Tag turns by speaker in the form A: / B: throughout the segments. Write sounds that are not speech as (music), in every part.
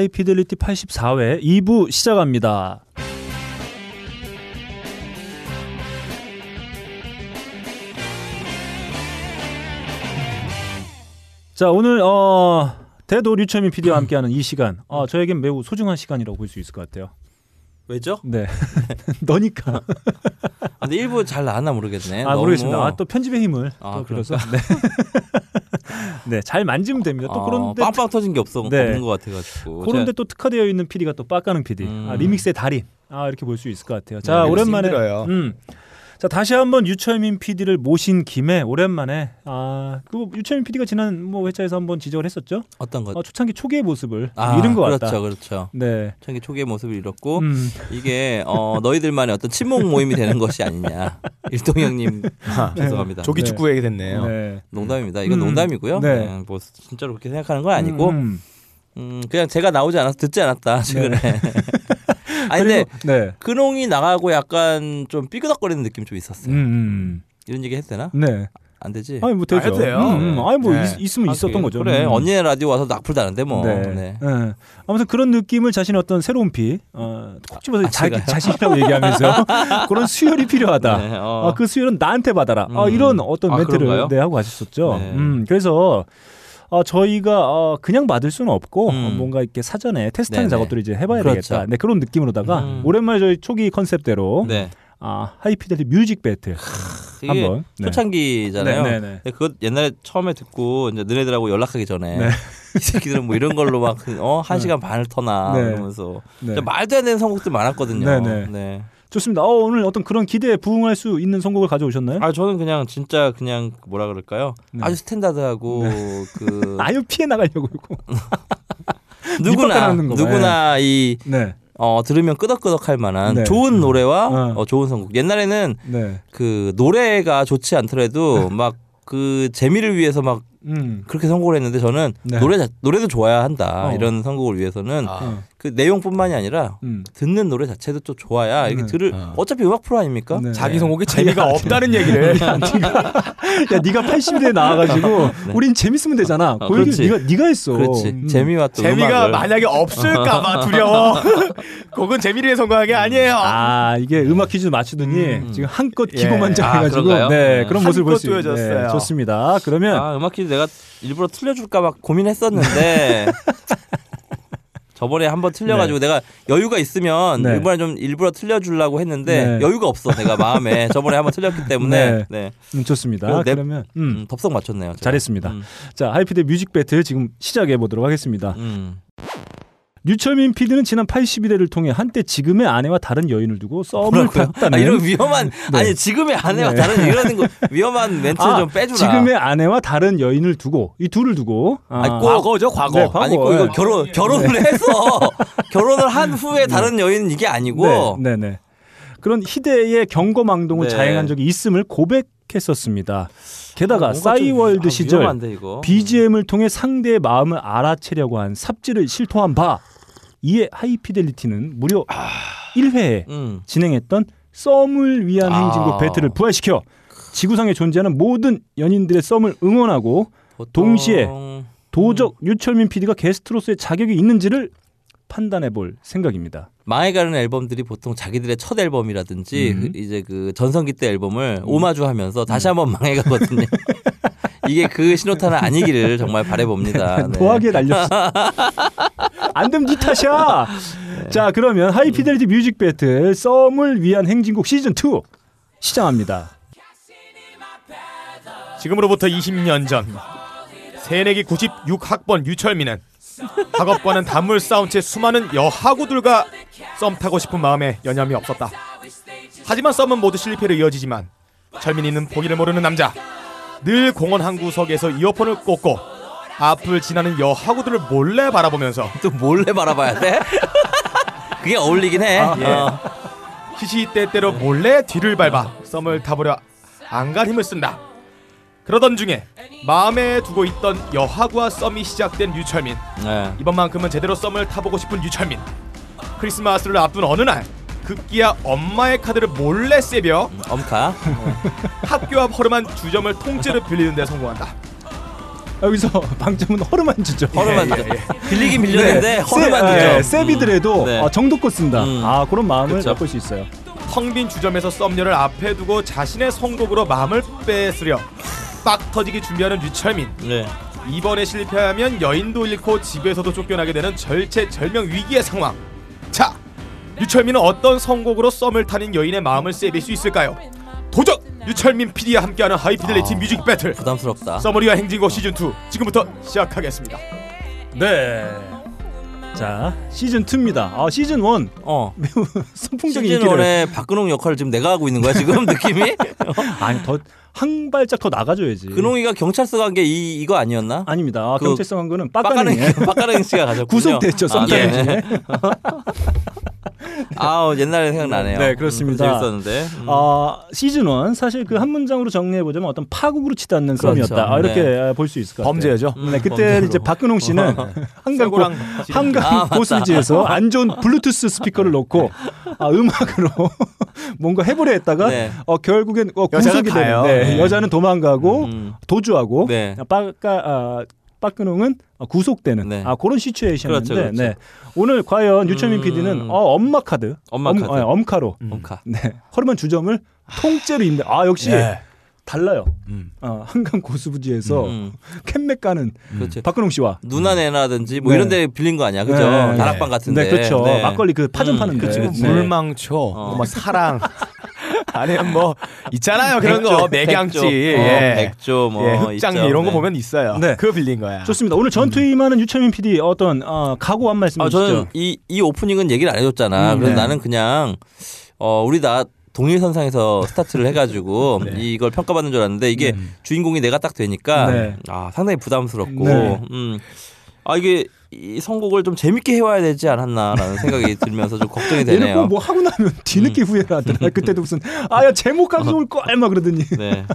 A: 하이피델리티 84회 2부 시작합니다. 자 오늘 어 대도 류철민 PD와 함께하는 이 시간 어, 저에겐 매우 소중한 시간이라고 볼 수 있을 것 같아요.
B: 왜죠?
A: 네, (laughs) 너니까.
B: 아, 근데 일부 잘 나왔나 모르겠네.
A: 아
B: 너무-
A: 모르겠습니다. 아, 또 편집의 힘을
B: 아,
A: 또 그래서 (laughs) 네, 잘 만지면 됩니다. 또
B: 아,
A: 그런데
B: 빵빵 터진 게 없어
A: 네.
B: 없는 것 같아가지고.
A: 그런데 또 특화되어 있는 PD가 또 빡가는 PD,
B: 뭐 음.
A: 아, 리믹스의 달인 아 이렇게 볼 수 있을 것 같아요. 자
C: 네,
A: 오랜만에
C: 힘들어요.
A: 음. 자 다시 한번 유철민 PD를 모신 김에 오랜만에 아그 유철민 PD가 지난 뭐 회차에서 한번 지적을 했었죠.
B: 제가 어떤 것?
A: 아, 초창기 초기의 모습을 잃은 것 같다.
B: 그렇죠, 어? 그렇죠.
A: 네.
B: 초기 초기의 모습을 잃었고
A: 음.
B: 이게 어, 너희들만의 어떤 친목 모임이 되는
A: (laughs)
B: 것이 아니냐. 일동 형님 (laughs) 죄송합니다.
C: 조기
A: 네.
C: 축구에게 됐네요.
A: 네.
B: 농담입니다. 이건
A: 음.
B: 농담이고요.
A: 네.
B: 네, 뭐 진짜로 그렇게 생각하는 건 아니고
A: 음. 네.
B: 음, 그냥 제가 나오지 않아서 듣지 않았다
A: (laughs)
B: 최근에. 아니 근데
A: 그리고- 네.
B: 근홍이 나가고 약간 좀 삐그덕거리는 느낌 이좀 있었어요.
A: 음.
B: 이런 얘기 해도 되나?
A: 음. 네.
B: 안 되지.
A: 아니 뭐 되죠.
C: 아, 해도 돼요.
A: 음, 음. 아니 뭐
C: 네.
A: 있, 있으면
B: 아,
A: 있었던
B: 그래.
A: 거죠.
B: 그래
A: 음.
B: 언니네 라디오 와서 나쁠 다는데 뭐.
A: 네.
B: 네.
A: 예. 아무튼 그런 느낌을 자신의 어떤 새로운 피, 어, 콕 집어서
B: 아,
A: 자기
B: 제가요?
A: 자신이라고
B: (laughs)
A: 얘기하면서 그런 수혈이 필요하다.
B: 네, 어.
A: 아, 그 수혈은 나한테 받아라. 아,
B: 음.
A: 이런 어떤
B: 아,
A: 멘트를
B: 그런가요?
A: 네, 하고 가셨었죠.
B: 네.
A: 음, 그래서 어, 저희가 어, 그냥 받을 수는 없고
B: 음.
A: 어, 뭔가 이렇게 사전에 테스트하는
B: 네네.
A: 작업들을 이제 해봐야
B: 그렇죠.
A: 되겠다. 네, 그런 느낌으로다가
B: 음.
A: 오랜만에 저희 초기 컨셉대로
B: 네.
A: 아, 하이피델리 뮤직 배틀
B: 이게
A: 한번 네.
B: 초창기잖아요.
A: 네, 네, 네.
B: 근데 그거 옛날에 처음에 듣고 이제 너네들하고 연락하기 전에
A: 네.
B: (laughs) 이 새끼들은 뭐 이런 걸로 막어한 시간 반을 터나
A: 네.
B: 그러면서
A: 네.
B: 진짜 말도 안 되는 선곡들 많았거든요.
A: 네, 네. 좋습니다. 어, 오늘 어떤 그런 기대에 부응할 수 있는 선곡을 가져오셨나요?
B: 아 저는 그냥 진짜 그냥 뭐라 그럴까요?
A: 네.
B: 아주 스탠다드하고
A: (laughs)
B: 그
A: 아유 피해 나가려고 이거. 밑밥
B: 누구나
A: 깔아놓는 거.
B: 누구나 이
A: 네,
B: 어, 들으면 끄덕끄덕할 만한
A: 네.
B: 좋은 노래와
A: 음.
B: 어, 좋은 선곡. 옛날에는
A: 네,
B: 그 노래가
A: (laughs)
B: 좋지 않더라도 막 그 재미를 위해서 막
A: 음,
B: 그렇게 선곡을 했는데 저는
A: 네.
B: 노래 자, 노래도 좋아야 한다
A: 어.
B: 이런 선곡을 위해서는
C: 아,
B: 그 내용뿐만이 아니라
A: (laughs) 음.
B: 듣는 노래 자체도 좀 좋아야 이게
A: 네.
B: 들을
C: 어.
B: 어차피 음악 프로 아닙니까?
A: 네.
C: 자기 선곡에 재미가 없다는 얘기를
A: 야, 네가 80대에
B: (laughs)
A: 나와가지고 우린 재밌으면 되잖아. 그 얘기를
B: 네. 그렇지.
A: 네가 네가 했어.
B: 그렇지
A: 음.
B: 재미와 또
C: (laughs) 재미가
B: 음악을.
C: 만약에 없을까봐 두려워. (laughs) 그건 재미를 위해 선거한 게 아니에요.
A: 아 이게 음악 퀴즈 맞추더니 지금 한껏
C: 예.
A: 기고만
B: 네. 아,
A: 장해가지고
B: 그런가요?
A: 네
B: 네.
A: 그런 모습을 볼 수
C: 한껏
A: 있는 네,
C: 조여졌어요.
A: 좋습니다. 그러면
B: 아 음악 퀴즈 내가 일부러 틀려줄까 막 고민했었는데 (laughs) 저번에 한번 틀려가지고 내가 여유가 있으면
A: 네.
B: 이번에 좀 일부러 틀려주려고 했는데
A: 네.
B: 여유가 없어 내가 마음에 저번에 한번 틀렸기 때문에
A: 네.
B: 네.
A: 음, 좋습니다.
B: 그래서 내-
A: 그러면 음,
B: 음, 덥석 맞췄네요. 제가.
A: 잘했습니다.
B: 음,
A: 자 하이피드 뮤직 배틀 지금 시작해 보도록 하겠습니다.
B: 음.
A: 유철민 PD는 지난 82대를 통해 한때 지금의 아내와 다른 여인을 두고 썸을 탔다는
B: 아, 이런 위험한
A: 네.
B: 아니 지금의 아내와
A: 네.
B: 다른
A: (laughs)
B: 이런 거 위험한 멘트
A: 아,
B: 좀 빼주라.
A: 지금의 아내와 다른 여인을 두고 이 둘을 두고 아,
B: 아니, 꼭-
C: 과거죠, 과거.
A: 네, 과거.
B: 아니 꼭
A: 네.
B: 이거
A: 음,
B: 결혼
A: (laughs)
B: 결혼을 해서 결혼을 한 후에 다른 여인은 이게 아니고
A: 네, 네, 네. 그런 희대의 경거망동을
B: 뭐. 네.
A: 자행한 적이 있음을 고백했었습니다. 게다가
B: 뭔가 좀
A: 싸이월드
B: 위- 아,
A: 시절
B: 위험한데, 이거.
A: BGM을 통해 상대의 마음을 알아채려고 한 삽질을 실토한 바 이에 하이피델리티는 무려
B: 아.
A: 1회에
B: 음.
A: 진행했던 썸을 위한
B: 아.
A: 행진곡 배틀을 부활시켜 지구상에 존재하는 모든 연인들의 썸을 응원하고
B: 보통-
A: 동시에 도적
B: 음.
A: 유철민 PD가 게스트로서의 자격이 있는지를 판단해 볼 생각입니다.
B: 망해가는 앨범들이 보통 자기들의 첫 앨범이라든지
A: 음.
B: 그- 이제 그 전성기 때 앨범을 오마주하면서 다시
A: (laughs)
B: 한번 망해가거든요. 이게 그 신호탄은 아니기를 정말 바래봅니다. 네.
A: 노하게
B: (laughs)
A: 날렸어. 안 되면 니 탓이야. 자 그러면 하이피델리티 뮤직 배틀 썸을 위한 행진곡 시즌 2 시작합니다.
C: 지금으로부터 20년 전 새내기 96학번 유철민은 학업과는 단물 싸운 채 수많은 여하고들과 썸 타고 싶은 마음에 여념이 없었다. 하지만 썸은 모두 실패로 이어지지만 철민이는 포기를 모르는 남자. 늘 공원 한 구석에서 이어폰을 꽂고 앞을 지나는 여하고들을 몰래 바라보면서
B: 또 몰래
A: (laughs)
B: 바라봐야 돼? 그게 어울리긴 해.
A: 아, 예.
B: 어.
C: 시시때때로 몰래 뒤를 밟아 썸을 타보려 안간 힘을 쓴다. 그러던 중에 마음에 두고 있던 여하구와 썸이 시작된 유철민.
B: 네.
C: 이번만큼은 제대로 썸을 타보고 싶은 유철민. 크리스마스를 앞둔 어느 날 급기야 엄마의 카드를 몰래 세벼
B: 엄카.
C: 학교 앞 허름한 주점을 통째로 빌리는 데 성공한다.
A: 아, 여기서 (laughs) 방점은 허름한 주죠.
B: 네.
A: 네.
B: 허름한
D: 예,
B: 듯.
D: 예,
B: 빌리긴 빌렸는데 허름한
A: 세-
B: 듯.
A: 예, 세비들에도
B: 음. 네.
A: 아, 정도껏 쓴다.
B: 음.
A: 아 그런 마음을
B: 그쵸.
A: 엿볼 수 있어요.
D: 텅빈 주점에서 썸녀를 앞에 두고 자신의 선곡으로 마음을 뺏으려 빡 터지기 준비하는 유철민
B: 네.
D: 이번에 실패하면 여인도 잃고 집에서도 쫓겨나게 되는 절체절명 위기의 상황 자 유철민은 어떤 선곡으로 썸을 타는 여인의 마음을 세빌 수 있을까요 도전 유철민 PD와 함께하는 하이피델리티 뮤직 배틀
B: 부담스럽다.
D: 써머리와 행진곡 시즌 2 지금부터 시작하겠습니다.
A: 네. 자 시즌 2입니다. 아 시즌 1
B: 어.
A: (laughs) 매우 선풍적인
B: 시즌
A: 인기를.
B: 1의 박근홍 역할을 지금 내가 하고 있는 거야
A: (laughs)
B: 지금 느낌이? 어.
A: 아니 더 한 발짝 더 나가줘야지.
B: 근홍이가 경찰서 간 게 이 이거 아니었나?
A: 아닙니다. 아,
B: 그-
A: 경찰서 간 거는
B: 빡가는
A: 빡가능이에요.
B: (laughs) 빡가는 씨가 가셨군요. 예.
A: 구속됐죠, 썸타임 중에.
B: (laughs) 아, 옛날에 생각나네요.
A: 네, 그렇습니다.
B: 음, 재밌었는데. 음.
A: 아 시즌 1 사실 그 한 문장으로 정리해 보자면 어떤 파국으로 치닫는
B: 그렇죠.
A: 썸이었다. 아, 이렇게 볼 수 있을 것 같아요.
D: 범죄죠.
A: 네, 그때
B: 네. 음, 범죄로. 아,
A: 이제 박근홍
B: (laughs)
A: 씨는 한강 고,
D: 쇠고랑
A: 한강 고수지에서 안 좋은 블루투스 스피커를 놓고 아, 음악으로 (laughs) 뭔가 해보려 했다가
B: 네.
A: 어, 결국엔 어,
D: 여자가
A: 구속이
D: 가요.
A: 되는데
B: 네.
A: 여자는 도망가고
B: 음.
A: 도주하고
B: 네.
A: 빡가 아, 박근홍은 어, 구속되는
B: 네.
A: 아 그런 시츄에이션인데
B: 그렇죠, 그렇죠.
A: 네. 오늘 과연 유철민
B: 음.
A: PD는 어, 엄마 카드,
B: 엄마 카드. 음.
A: 예, 엄카로
B: 엄카.
A: (laughs) 네. 허름한 주점을 통째로 인데 아 역시
D: 예.
A: 달라요.
D: 음.
A: 어, 한강 고수부지에서
B: 네. 음.
A: 캔맥 가는
B: 그렇죠.
A: 박근홍 씨와
B: 누나 내나든지 뭐
A: 네.
B: 이런 데 빌린 거 아니야. 그죠?
A: 네.
B: 다락방 같은데.
A: 네, 그렇죠.
B: 네.
A: 막걸리 그 파전
B: 음,
A: 파는데.
B: 그치, 그치.
A: 네.
D: 물망초, 뭐 사랑, 아니 뭐 있잖아요 그런 거
B: 백조,
D: 맥양지,
B: 백조, 어,
D: 예.
B: 백조 뭐
D: 예, 흑장미
B: 있죠.
D: 이런 거
B: 네.
D: 보면 있어요.
A: 네.
D: 그거 빌린 거야.
A: 좋습니다. 오늘 전투 임하는 유철민 PD 어떤 어, 각오 한 말씀
B: 아,
A: 해주시죠.
B: 저는 이, 이 오프닝은 얘기를 안 해줬잖아.
A: 음,
B: 그래서
A: 네.
B: 나는 그냥, 어, 우리 다 동일선상에서
A: (laughs)
B: 스타트를 해가지고
A: 네.
B: 이걸 평가받는 줄 알았는데 이게 주인공이 내가 딱 되니까
A: 음. 네.
B: 아, 상당히 부담스럽고,
A: 네.
B: 음. 아, 이게 이 선곡을 좀 재밌게 해와야 되지 않았나라는 생각이 들면서 좀 걱정이
A: 얘는
B: 되네요. 음.
A: 꼭 뭐 하고 나면 뒤늦게 후회를 하더라. 그때도 무슨 아야 제목 가지고 올 거야 막 그러더니. (laughs)
B: 네.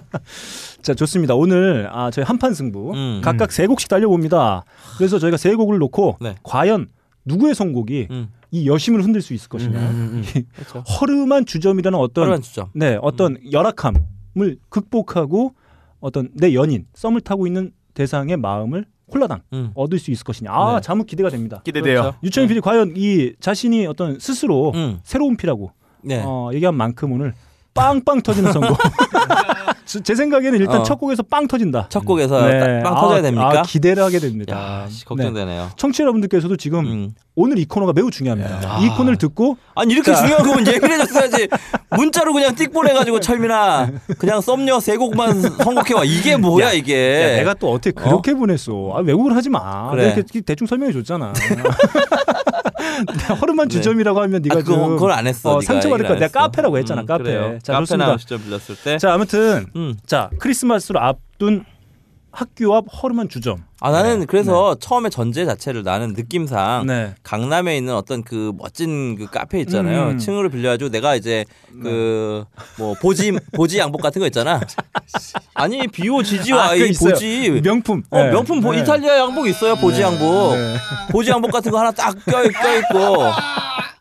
A: 자 좋습니다. 오늘 아, 저희 한판 승부
B: 음.
A: 각각 세 곡씩 달려봅니다. 그래서 저희가 세 곡을 놓고
B: 네.
A: 과연 누구의 선곡이
B: 음.
A: 이 여심을 흔들 수 있을 것이냐.
B: 그렇죠. 음.
A: 허름한 주점이라는 어떤
B: 빠른 주점.
A: 네 어떤 열악함을 극복하고 어떤 내 연인 썸을 타고 있는 대상의 마음을 홀라당
B: 음.
A: 얻을 수 있을 것이냐. 아
B: 네.
A: 자무 기대가 됩니다.
D: 기대돼요.
B: 그렇죠.
A: 유천민 PD 과연 이 자신이 어떤 스스로
B: 음.
A: 새로운 피라고
B: 네.
A: 어, 얘기한 만큼 오늘 빵빵 터지는
B: (laughs)
A: 선곡. 저- 제 생각에는 일단
B: 어.
A: 첫 곡에서 빵 터진다.
B: 첫 곡에서
A: 네.
B: 딱 빵
A: 아,
B: 터져야 됩니까?
A: 아, 기대를 하게 됩니다.
B: 야, 씨,
A: 네.
B: 걱정되네요.
A: 청취자 여러분들께서도 지금
B: 음.
A: 오늘 이 코너가 매우 중요합니다.
B: 야.
A: 이 코너를 듣고
B: 아니 이렇게 중요한 거면
A: (laughs)
B: 얘기를 해줬어야지 문자로 그냥 띡 보내가지고 철민아 그냥 썸녀 세 곡만 선곡해와 이게 뭐야 이게
A: 야, 내가 또 어떻게 그렇게 보냈어? 아, 왜곡을 하지 마.
B: 예. 그래.
A: 내가 이렇게 대충 설명해
B: (laughs)
A: 줬잖아. 네, 허름한 주점이라고 하면 네가
B: 아, 그거,
A: 지금
B: 그걸 안 했어
A: 어,
B: 네가
A: 상처받을
B: 얘기를
A: 거야.
B: 안
A: 내가
B: 했어.
A: 카페라고 했잖아.
B: 음,
A: 카페.
B: 그래요.
A: 자
B: 카페나
A: 좋습니다.
B: 시점 빌렸을 때
A: 자 아무튼
B: 음.
A: 자 크리스마스로 앞둔 학교 앞 허름한 주점.
B: 아 나는 그래서 처음에 전제 자체를 나는 느낌상
A: 네.
B: 강남에 있는 어떤 그 멋진 그 카페 있잖아요.
A: 음.
B: 층으로 빌려가지고 내가 이제 그 뭐 보지 보지 양복 같은 거
A: (laughs)
B: 있잖아. 아니 비오 지지와
A: 아, 그거
B: 이
A: 있어요.
B: 보지
A: 명품.
B: 어,
A: 네.
B: 명품 보,
A: 네.
B: 이탈리아 양복 있어요. 보지 양복.
A: 네.
B: 보지 양복 같은 거 하나 딱 껴, 껴있고.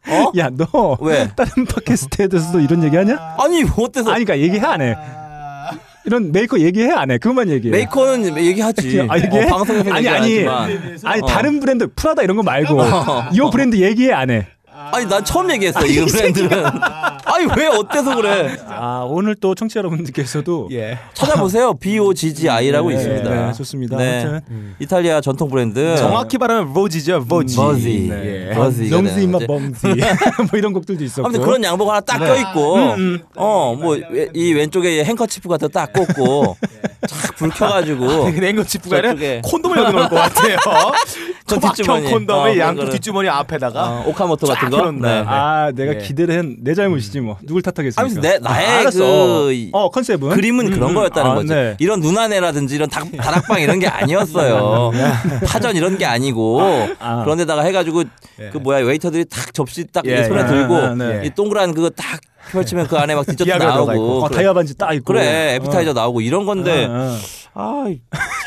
B: 어?
A: 야, 너
B: 왜?
A: 다른 팟캐스트에 대해서도 이런 얘기 하냐?
B: 아니, 뭐 어때서?
A: 아니 그러니까 얘기해 안 해. 이런 메이커 얘기해 안 해. 그것만 얘기해.
B: 메이커는 얘기하지.
A: 아, 얘기해?
B: 어, 방송에서
A: 아니 아니.
B: 얘기하지만. 어.
A: 아니 다른 브랜드 프라다 이런 거 말고 이 브랜드 얘기해 안 해.
B: 아니, 난 처음 얘기했어, 이 브랜드는. 아니, 왜 어때서 그래?
A: (laughs) 아, 오늘 또 청취자 여러분들께서도
D: 예.
B: 찾아보세요. BOGGI라고
A: 네,
B: 있습니다.
A: 네, 좋습니다. 아무튼.
B: 음. 이탈리아 전통 브랜드.
D: 정확히 말하면 로지죠, 로지.
B: 버지.
A: 네.
D: 예.
B: 버지.
A: 지 임마 범지 (laughs) 뭐 이런 곡들도 있었고.
B: 아무튼 그런 양복 하나
A: 네.
B: 딱 껴있고,
A: 음,
B: 어, 뭐, 이 왼쪽에 행커치프 같은 거 딱
A: (laughs)
B: 꽂고, 착
A: 아,
B: 불켜가지고.
D: 냉거치프가 아니라
B: 어. 저쪽에.
D: 콘돔을 여기 넣을 것
B: (laughs)
D: 같아요.
B: 저
D: 초박형
B: 뒷주머니.
D: 콘돔을
B: 어,
D: 양쪽
B: 그거는-
D: 뒷주머니 앞에다가.
B: 어, 오카모토 같은
D: 쫙
B: 거.
D: 그런다.
B: 네.
A: 아, 내가
D: 예.
A: 기대를 한 내 잘못이지 뭐. 누굴 탓하겠습니까?
B: 아니, 내- 나의
A: 아, 알았어.
B: 그 이-
A: 어, 컨셉은
B: 그림은 그런
A: 음,
B: 거였다는
A: 아,
B: 거지.
A: 네.
B: 이런 누나네라든지 이런 다, 락
A: (laughs)
B: 방 이런 게 아니었어요. 파전 이런 게 아니고
A: 네. 아.
B: 그런데다가 해가지고
D: 예.
B: 그 뭐야 웨이터들이 탁 접시 딱
D: 예,
B: 손에
D: 예.
B: 들고
A: 아, 네.
B: 이 동그란 그거 딱 펼치면 그 안에 막 디저트
D: 이야기가 들어가
B: 나오고
A: 어,
B: 그래,
A: 다이아 반지 딱 있고.
B: 그래 에피타이저 네. 나오고 이런 건데
A: 어, 어.
B: 아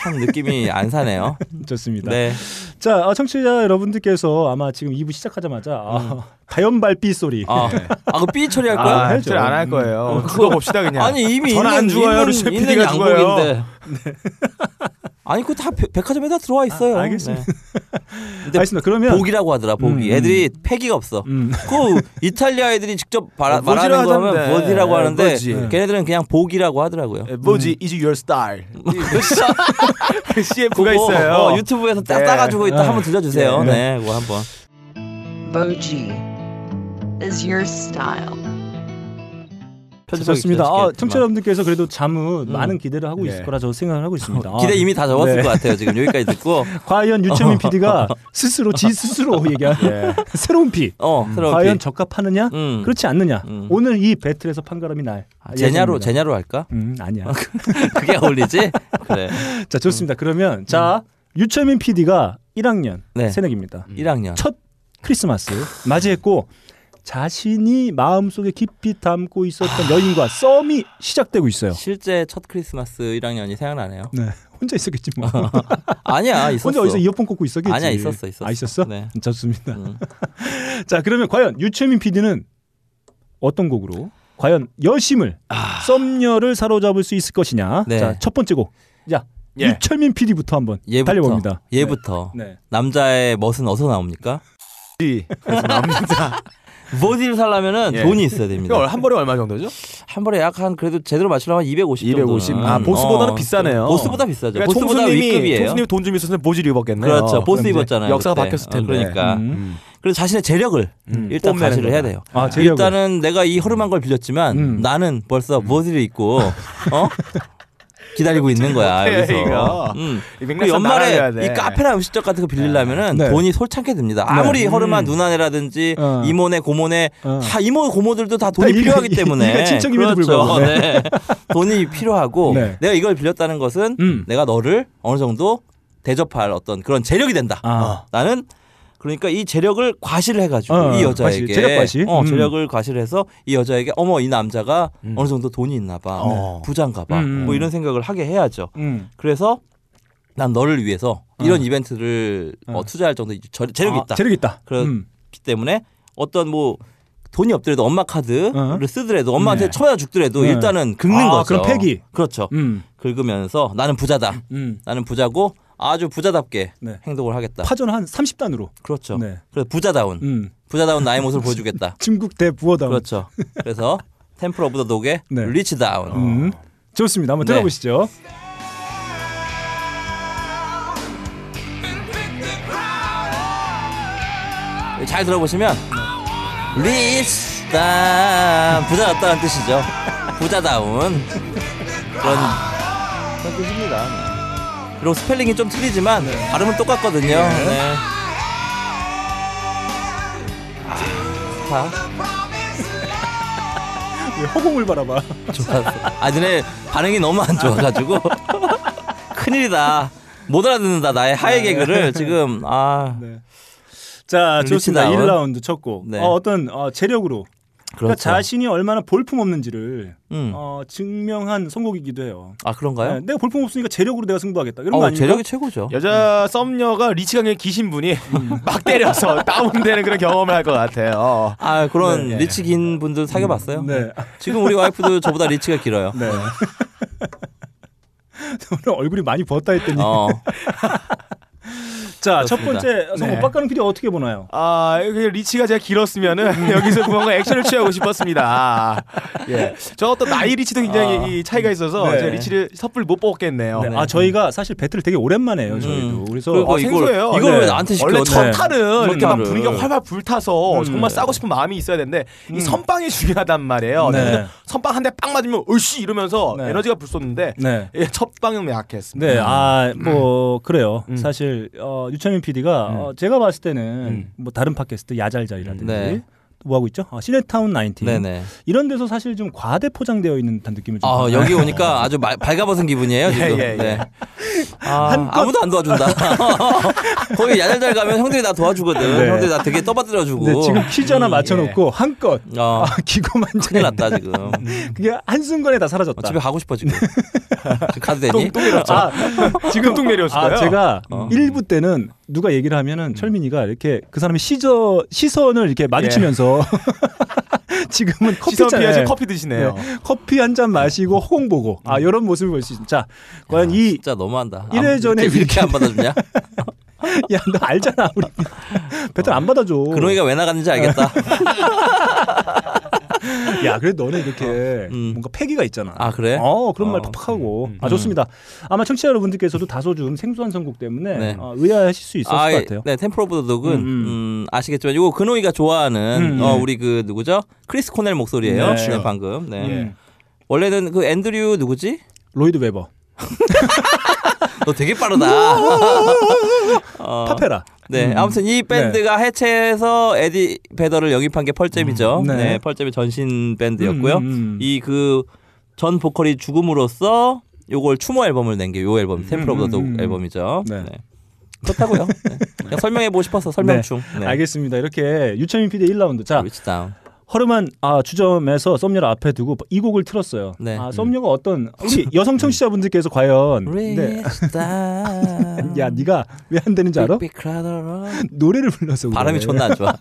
B: 참 느낌이 안 사네요.
A: 좋습니다.
B: 네.
A: 자, 아, 청취자 여러분들께서 아마 지금 2부 시작하자마자 아, 가연발빛 소리.
B: 음. 아, 아, 그 삐 처리할
D: 아,
B: 거야?
A: 해야죠.
D: 해줄 안할 거예요. 죽어 봅시다 그냥.
B: 음. 아, 니 이미
D: 저는 안
B: 있는,
D: 죽어요.
B: 있는-
D: 루시아
B: 있는
D: PD가 죽어요.
B: 양복인데. 아니 그거 다 백- 백화점에 다 들어와 있어요.
A: 아, 알겠습니다.
B: 네. 근데
A: 알겠습니다. 그러면
B: 복이라고 하더라 복이.
A: 음, 음.
B: 애들이 패기가 없어.
A: 음.
B: 그 이탈리아 애들이 직접 바라,
C: 어, 보지라
B: 말하는 거 하면
C: 하던데.
B: 보디라고 하는데
C: 보지.
B: 걔네들은 그냥 복이라고 하더라고요.
C: 에, 뭐지? Is your
B: (laughs)
C: style? (laughs) 그 CF가
B: 뭐, 그거,
C: 있어요.
B: 어, 유튜브에서 따,
C: 네.
B: 따가지고
A: 네.
B: 이따 한번 들려주세요.
A: 네.
B: 네, 그거 한번.
E: Boji is your style.
A: 좋습니다. 아, 청취자
B: 있지만.
A: 여러분들께서 그래도 자무
B: 음. 어,
A: 많은 기대를 하고 있을
C: 네.
A: 거라 저도 생각을 하고 있습니다. 아,
B: 기대 이미 어. 다 적었을
A: 네.
B: 것 같아요. 지금
C: (laughs)
B: 여기까지 듣고.
A: 과연 유채민 PD가 스스로 지
B: (laughs)
A: 스스로 얘기한
C: 예.
A: (laughs) 새로운 피
B: 어, 네.
C: 음.
B: 새로운
A: 과연
B: 비.
A: 적합하느냐
B: 음.
A: 그렇지 않느냐
B: 음. 아,
A: 오늘 이 배틀에서 판가름이 날
B: 제냐로
A: 예정입니다.
B: 제냐로 할까? (laughs)
A: 음, 아니야.
B: 그게 어울리지? 그래.
A: 자
B: 음.
A: 좋습니다. 그러면 자 유채민 PD가 1학년
B: 네.
A: 새내기입니다.
C: 음.
B: 1학년.
A: 첫 크리스마스 맞이했고 자신이 마음속에 깊이 담고 있었던 여인과 썸이 시작되고 있어요.
B: 실제 첫 크리스마스 1학년이 생각나네요.
A: 네, (laughs) 혼자 있었겠지 뭐.
C: (laughs)
B: 아니야 아, 있었어.
A: 혼자 어디서 이어폰 꽂고 있었겠지.
B: 아니야, 있었어, 있었어.
A: 아 있었어?
B: 네.
A: (laughs) 좋습니다.
B: 음.
A: 자 그러면 과연 유채민 PD는 어떤 곡으로 과연 여심을 썸녀를 사로잡을 수 있을 것이냐.
B: 아. 네.
A: 자첫 번째 곡. 자
C: 예.
A: 유철민 PD부터 한번
B: 얘부터
A: 달려봅니다.
B: 얘부터
A: 네.
B: 남자의 멋은 어디서 나옵니까?
C: 그래서
B: (laughs)
C: 남자.
B: 보디를 살려면은
C: 예.
B: 돈이 있어야 됩니다.
C: 이거 한 벌에 얼마 정도죠?
B: 한 번에 약 한 그래도 제대로 맞추려면 250 정도.
C: 250. 아, 보스보다는 비싸네요.
B: 음. 어. 보스보다 비싸죠.
C: 그러니까
B: 보스보다
C: 총수님이
B: 위급이에요.
C: 총수님 돈 좀 있었으면 보지를 입었겠네요.
B: 그렇죠. 보스
C: 그럼 이제
B: 입었잖아요.
C: 역사가
B: 그때.
C: 바뀌었을
B: 어,
C: 텐데.
B: 그러니까.
A: 음.
B: 그래서 자신의 재력을
C: 음.
B: 일단
C: 뽐내는
B: 과시를 해야
C: 거다.
B: 돼요.
A: 아 제력을.
B: 일단은 내가 이 허름한 걸 빌렸지만
A: 음.
B: 나는 벌써 보디를 입고
A: (laughs)
B: 어? 기다리고 있는 거야
C: 어떡해,
B: 여기서.
C: 이거.
B: 음.
C: 이
B: 그
C: 맥락상 나가야
B: 연말에
C: 돼.
B: 이 카페나 음식점 같은 거 빌리려면은
A: 네. 음.
B: 돈이 솔창게 듭니다. 아무리 허름한 누나네라든지
A: 어.
B: 이모네 고모네
A: 어.
B: 다 이모 고모들도 다 돈이
A: 다 이-
B: 필요하기
A: 이-
B: 때문에
A: 이가 친척임에도 불구하고,
B: 네. (laughs) 돈이 필요하고
A: 네.
B: 내가 이걸 빌렸다는 것은
A: 음.
B: 내가 너를 어느 정도 대접할 어떤 그런 재력이 된다.
A: 아.
B: 나는 그러니까 이 재력을 과시를 해가지고
A: 어,
B: 이
A: 과시,
B: 여자에게
A: 재력 과시.
B: 어,
A: 음.
B: 재력을 과시를 해서 이 여자에게 어머 이 남자가 어느 정도 돈이 있나봐
C: 어.
B: 부자인가봐
A: 음, 음.
B: 뭐 이런 생각을 하게 해야죠.
A: 음.
B: 그래서 난 너를 위해서 이런 이벤트를 어, 투자할 정도 저- 재력이
A: 아,
B: 있다.
A: 재력 있다.
B: 그렇기
A: 음.
B: 때문에 어떤 뭐 돈이 없더라도 엄마 카드를
A: 어.
B: 쓰더라도 엄마한테
A: 네.
B: 쳐맞아 죽더라도
A: 네.
B: 일단은 긁는
A: 아, 그럼
B: 거죠.
A: 패기.
B: 그렇죠.
A: 음.
B: 긁으면서 나는 부자다.
A: 음.
B: 나는 부자고 아주 부자답게
A: 네.
B: 행동을 하겠다.
A: 파전 한 30단으로.
B: 그렇죠.
A: 네.
B: 그래서 부자다운
A: 음.
B: 부자다운 나의 모습을 보여주겠다.
A: (laughs) 중국 대부어다.
B: 그렇죠. 그래서 템플 오브 더 독의
A: 네.
B: 리치 다운.
A: 음. 좋습니다. 한번
B: 네.
A: 들어보시죠.
B: 잘 들어보시면 리치 다운 부자였다는 뜻이죠. 부자다운 그런 그런 뜻입니다. 네. 그리고 스펠링이 좀 틀리지만 발음은 똑같거든요.
A: 예.
B: 네. 아, 좋다. 네.
A: 왜 (laughs) 허공을 바라봐.
B: 좋았어. 아, 너네 반응이 너무 안
A: (laughs)
B: 좋아가지고 큰일이다. 못 알아듣는다 나의 하이 개그를 지금 아
A: 네. 자,
B: 리치
A: 좋습니다.
B: 다운.
A: 1라운드 첫 곡.
B: 음, 네.
A: 어, 어떤 어, 재력으로 그러니까
B: 그렇죠.
A: 자신이 얼마나 볼품 없는지를
B: 음.
A: 어, 증명한 선곡이기도 해요.
B: 아
A: 네,
B: 그런가요?
A: 내가 볼품 없으니까 재력으로 내가 승부하겠다. 이런 거
B: 어,
A: 아닙니까?
B: 재력이 최고죠.
C: 여자 썸녀가 리치강에
B: (laughs)
C: 기신 분이 막 때려서 다운되는 그런 경험을 할 것 같아요.
B: 아 그런
A: 네, 네.
B: 리치 긴 분들 사귀어봤어요?
A: 네.
B: 지금 우리 와이프도 저보다 리치가 길어요.
A: (laughs) 네. (laughs) 오늘 얼굴이 많이 부었다 했더니
B: 어
A: 자, 첫
B: 그렇습니다.
A: 번째 성공
C: 네.
A: 빡가는 PD 어떻게 보나요?
C: 아, 이렇게 리치가 제가 길었으면은 여기서 뭔가 액션을 취하고 싶었습니다. 예. 저 어떤 나이 리치도 굉장히
B: 아.
C: 이 차이가 있어서
A: 네.
C: 제가 리치를 섣불리 못 뽑겠네요.
A: 네. 아, 저희가 사실 배틀 되게 오랜만에 해요, 저희도.
B: 어, 음.
A: 그래서
B: 그리고
C: 아, 생소해요.
B: 이걸
A: 네.
B: 왜 나한테 시켜?
C: 원래 첫
A: 네.
C: 탄은 이렇게 막
B: 탄을.
C: 분위기가 활발 불타서
A: 음.
C: 정말 싸고 싶은 마음이 있어야 되는데 이 선빵이 중요하단 말이에요.
A: 네.
C: 근데 선빵 한 대 빵 맞으면 으씨 이러면서
A: 네.
C: 에너지가 불쏘는데
A: 네.
C: 예, 첫 방은 약했습니다.
B: 음.
A: 네, 아, 뭐, 그래요. 사실, 어, 유천민 PD가, 어, 제가 봤을 때는, 뭐, 다른 팟캐스트, 야잘자이라든지,
B: 음. 네.
A: 또 뭐 하고 있죠? 아, 시네타운 19.
B: 네네.
A: 이런 데서 사실 좀 과대 포장되어 있는 듯한 느낌을 좀.
B: 아
A: 받아요.
B: 여기
A: 네.
B: 오니까 아주 말- 발가벗은 기분이에요 지금.
C: 예, 예, 예.
B: 네. 아, 아무도
A: (laughs)
B: 안 도와준다. 거기 야잘잘 가면 형들이 나 도와주거든.
A: 네.
B: 형들이 나 되게 떠받들어주고. 음.
A: 네, 지금 퀴즈 하나 맞춰놓고, 한껏, (laughs)
B: 어,
A: 아, 기고만
B: 예. 큰일 났다 지금.
A: 그게 한순간에 다 사라졌다.
B: 어, 집에 가고 싶어 지금. 지금 (laughs) 가도 되니?
A: 아, 지금
C: 뚱뚱 내려왔어요.
A: 아, 제가 일 1부 때는 누가 얘기를 하면은 철민이가 이렇게 그 사람의 시저, 시선을 이렇게 마주치면서 (laughs) 지금은 커피
C: 시선 피하지
A: 잔에
C: 커피 드시네요.
A: 커피 한 잔 마시고 허공 보고 아 이런 모습을 볼 수 있다. 자, 과연 이
B: 진짜 너무한다.
A: 일회
B: 안-
A: 전에
B: 이렇게
A: 이렇게 어.
B: 안 받아주냐?
A: (laughs) 야, 너 알잖아. 우리 (laughs) 베트남 안 받아줘.
B: 그러니까 왜
A: (laughs)
B: 나갔는지 알겠다.
A: 야, 그래도 너네 이렇게
B: 음.
A: 뭔가 패기가 있잖아.
B: 아 그래?
A: 어, 그런 말
B: 어.
A: 팍팍하고. 아, 좋습니다. 아마 청취자 여러분들께서도 다소 좀 생소한 선곡 때문에
B: 네.
A: 어, 의아하실 수 있었을
B: 아,
A: 것
B: 예.
A: 같아요.
B: 네, 템플 오브 더 독은
A: 음, 음.
B: 음, 아시겠지만 이거 근호이가 좋아하는
A: 음,
B: 어,
A: 예.
B: 우리 그 누구죠? 크리스 코넬 목소리예요.
A: 네.
B: 네, 방금. 네.
A: 예.
B: 원래는 그 앤드류 누구지?
A: 로이드 웨버,
B: 너 되게 빠르다. 어,
A: 파페라.
B: 네, 아무튼 이 밴드가 해체해서 에디 베더를 영입한 게 펄잼이죠.
A: 네. 음, 네.
B: 네. 펄잼의 전신 밴드였고요.
A: 음, 음, 음.
B: 이 그 전 보컬이 죽음으로써 요걸 추모 앨범을 낸 게 요 앨범 템플 오브 더 독
A: 음, 음.
B: 앨범이죠.
A: 네.
B: 네. 그렇다고요. 네. 그냥 설명해 보고 싶어서 설명충. 네.
A: 알겠습니다. 이렇게 유천민 PD 1라운드. 자,
B: 리치 다운.
A: 허름한 아, 주점에서 썸녀를 앞에 두고 이 곡을 틀었어요.
B: 네.
A: 아, 썸녀가 어떤 우리 여성 청취자분들께서 과연 네.
B: 리치
A: (laughs)
B: 다운.
A: 야, 네가 왜 안 되는지 알아?
B: 빅빅 크라더러.
A: 노래를 불러서
B: 바람이
A: 그래.
B: 존나
A: (laughs)
B: 안 좋아.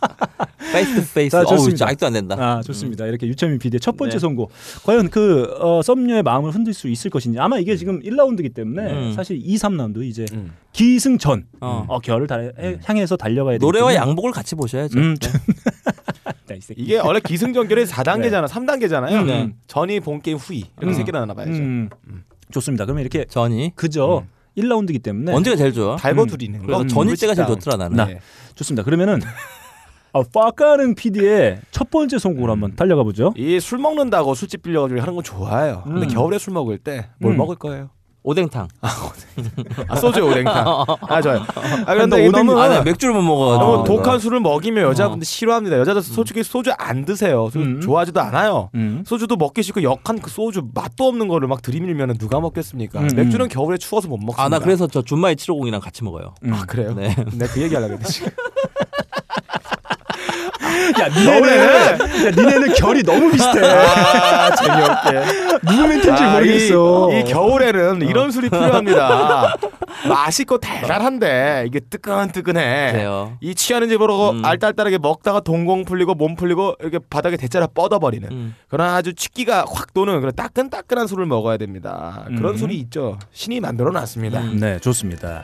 B: 페이스 투 페이스.
A: 자,
B: 어우,
A: 좋습니다.
B: 진짜 아직도 안 된다.
A: 아 좋습니다.
B: 음.
A: 이렇게 유천민 PD의 첫 번째
B: 네.
A: 선곡. 과연 그 어, 썸녀의 마음을 흔들 수 있을 것인지. 아마 이게 지금 1라운드이기 때문에
B: 음.
A: 사실 2, 3라운드 이제
C: 음.
A: 기승전
B: 어.
A: 어, 결을 달- 향해서 달려가야 되기
B: 노래와
A: 때문에.
B: 양복을 같이 보셔야죠.
A: 네, 음,
B: 네.
A: 야, 이 새끼.
C: 이게 원래 기승전결이 4단계잖아, 3단계잖아요.
A: 네.
C: 전이 본 게임 후이 이렇게
A: 음.
C: 세 개나 나봐야죠.
A: 음. 좋습니다. 그러면 이렇게
B: 전이.
A: 그저
B: 음.
A: 1라운드이기 때문에
B: 언제가 제일 좋아?
C: 달궈두리는
B: 어? 음. 그래서
A: 음,
C: 거. 음. 네.
B: 전이 때가 제일 좋더라 나는. 네.
A: 나. 좋습니다. 그러면은 어, 파카는 PD의 첫 번째 선곡으로 한번 달려가 보죠.
C: 이 술 먹는다고 술집 빌려가지고 하는 건 좋아요. 근데
A: 음.
C: 겨울에 술 먹을 때 뭘
A: 음.
C: 먹을 거예요?
B: 오뎅탕.
C: 아, 소주
B: (laughs)
C: 오뎅탕. 아 좋아요. 아
A: 근데
C: 그런데 이
A: 오뎅-
C: 너무
B: 아, 네, 음. 맥주를 못 먹어.
C: 너무
B: 가지고
C: 독한 술을 먹이면 여자분들 싫어합니다. 여자들 솔직히 소주 안 드세요. 소주
A: 음.
C: 좋아하지도 않아요.
A: 음.
C: 소주도 먹기 싫고 역한 그 소주 맛도 없는 거를 막 들이밀면 누가 먹겠습니까?
A: 음,
C: 맥주는 겨울에 추워서 못 먹습니다.
B: 아, 나 그래서 저 준마이 750이랑 같이 먹어요.
C: 아 그래요?
B: 네.
C: (laughs) 내가 그 얘기하려고 했는데 지금.
A: 야 니네는 야, 니네는 결이 너무 비슷해. (laughs)
C: 아 재미없게.
A: 누구 멘트인지
C: 아,
A: 모르겠어.
C: 이, 이 겨울에는 이런 술이 필요합니다. 맛있고 달달한데 이게 뜨끈뜨끈해.
B: 그래요.
C: 이 취하는 지 모르고
B: 음.
C: 알딸딸하게 먹다가 동공 풀리고 몸 풀리고 이렇게 바닥에 대자라 뻗어버리는
B: 음.
C: 그런 아주 취기가 확 도는 그런 따끈따끈한 술을 먹어야 됩니다. 그런
A: 음.
C: 술이 있죠. 신이 만들어 놨습니다.
A: 네, 좋습니다.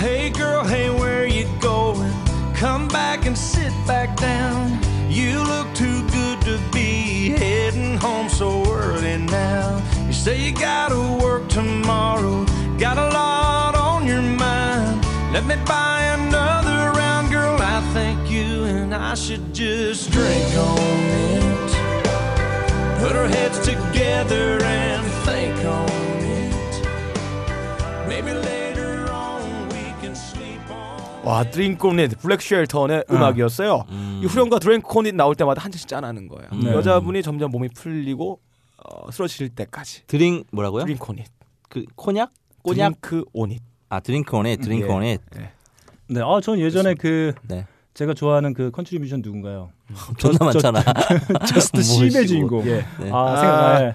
F: Hey girl, hey, where you going? Come back and sit back down. You look too good to be heading home so early now. You say you gotta work tomorrow, got a lot on your mind. Let me buy another round, girl. I think you and I should just drink on it. Put our heads together and think on it. Maybe later on we can sleep on.
C: 와 드링코닛 블랙 쉘턴의 음악이었어요. 이 후렴과 드링코닛 나올 때마다 한 잔씩 짠하는 거예요.
A: 네.
C: 여자분이 점점 몸이 풀리고 어, 쓰러질 때까지.
B: 드링 뭐라고요?
C: 드링코닛.
B: 그 코냑? 꼬냑?
C: 드링크 오닛.
B: 아, 드링크 온에 드링크
C: 예.
B: 온에.
A: 네, 아, 전 예전에 그
B: 네.
A: 제가 좋아하는 그 컨트리 뮤지션 누군가요?
B: (laughs) 존나 많잖아. 뭐
A: 저스트 시의
B: 뭘 씹어.
A: 주인공.
C: 예.
B: 네.
A: 아,
C: 아,
A: 생각, 네.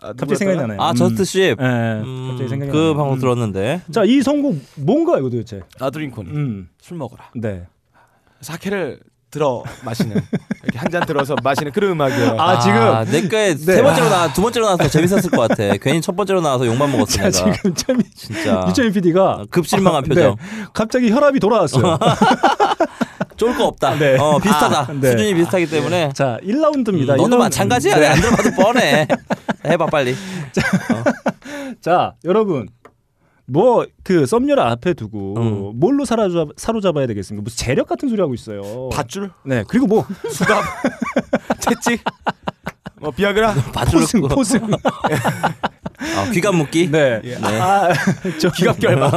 C: 아,
A: 갑자기 생각이 나네요.
B: 아, 저스트 쉽.
A: 예. 예.
B: 음,
A: 갑자기 생각이
B: 그
A: 나네요.
B: 방송
A: 음.
B: 들었는데.
A: 자, 이 선곡 뭔가 이거 도대체?
C: 아 드링코닛.
A: 음.
C: 술 먹어라.
A: 네.
C: 사케를 들어 마시는 이렇게 한 잔 들어서 마시는 그런 음악이에요.
A: 아, 지금
B: 내꺼에
A: (laughs) 네.
B: 세 번째로 나, 두 번째로 나와서 재밌었을
A: (laughs)
B: 것 같아. 괜히 첫 번째로 나와서 욕만 먹었어
A: 자, (laughs)
B: 내가.
A: 지금 네. 참
B: 진짜. 어,
A: 유채민 PD가 아,
B: 급실망한 표정.
A: 갑자기 혈압이 (laughs) 돌아왔어요.
B: 쫄 거 없다.
A: 네.
B: 어, 비슷하다.
A: 아, 네.
B: 수준이 비슷하기 때문에.
A: 자, 네. 1라운드입니다.
B: 음, 너도 마찬가지야. 내가 안 들어봐도
A: (laughs)
B: 뻔해. 해봐 빨리.
A: 자, 여러분. 뭐 그 썸녀를 앞에 두고
B: 음.
A: 뭘로 사로잡, 사로잡아야 되겠습니까? 무슨 재력 같은 소리 하고 있어요.
C: 밧줄,
A: 네. 그리고 뭐
C: 수갑, 채찍, 뭐 비아그라.
A: 포승
B: 봐주려고. (laughs)
A: 포승.
B: 아, 귀감 묶기.
A: 네. 아, (laughs) 저 기갑결마.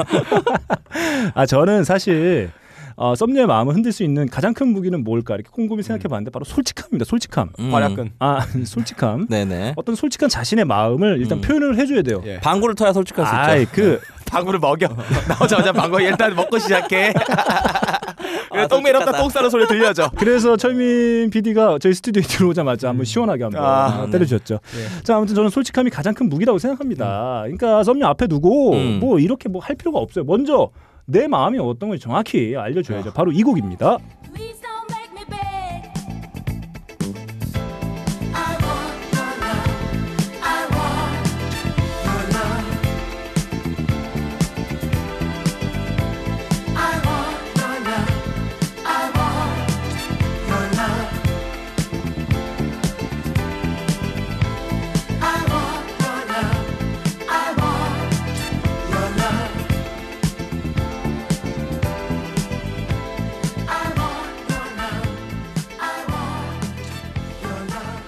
A: (laughs) 아, 저는 사실 어, 썸녀의 마음을 흔들 수 있는 가장 큰 무기는 뭘까? 이렇게 꼼꼼히 생각해 봤는데 바로 솔직함입니다. 솔직함.
B: 음.
C: 과략근.
A: 아, (laughs) 솔직함. (laughs)
B: 네네.
A: 어떤 솔직한 자신의 마음을 일단
B: 음.
A: 표현을 해 줘야 돼요.
C: 예.
B: 방구를 터야 솔직할 수 있죠. 네.
A: 아이, 그
C: 방구를 먹여. 나오자마자 방구 일단 먹고 시작해.
B: 아,
C: 똥 매렵다
B: 독특하다.
C: 똥 싸는 소리 들려야죠.
A: 그래서 철민 PD가 저희 스튜디오에 (laughs) 들어오자마자 한번 시원하게 한번 어,
C: 아,
A: 때려주셨죠. 자, 아무튼 저는 솔직함이 가장 큰 무기라고 생각합니다. 그러니까 썸녀 앞에 두고
B: 음.
A: 뭐 이렇게 뭐 할 필요가 없어요. 먼저 내 마음이 어떤 건지 정확히 알려줘야죠. 바로 이 곡입니다.
G: Please don't make me beg. I want your love. I want your love. I want your love. I want your love. I want your love. I want your love. I want your love. I want your love.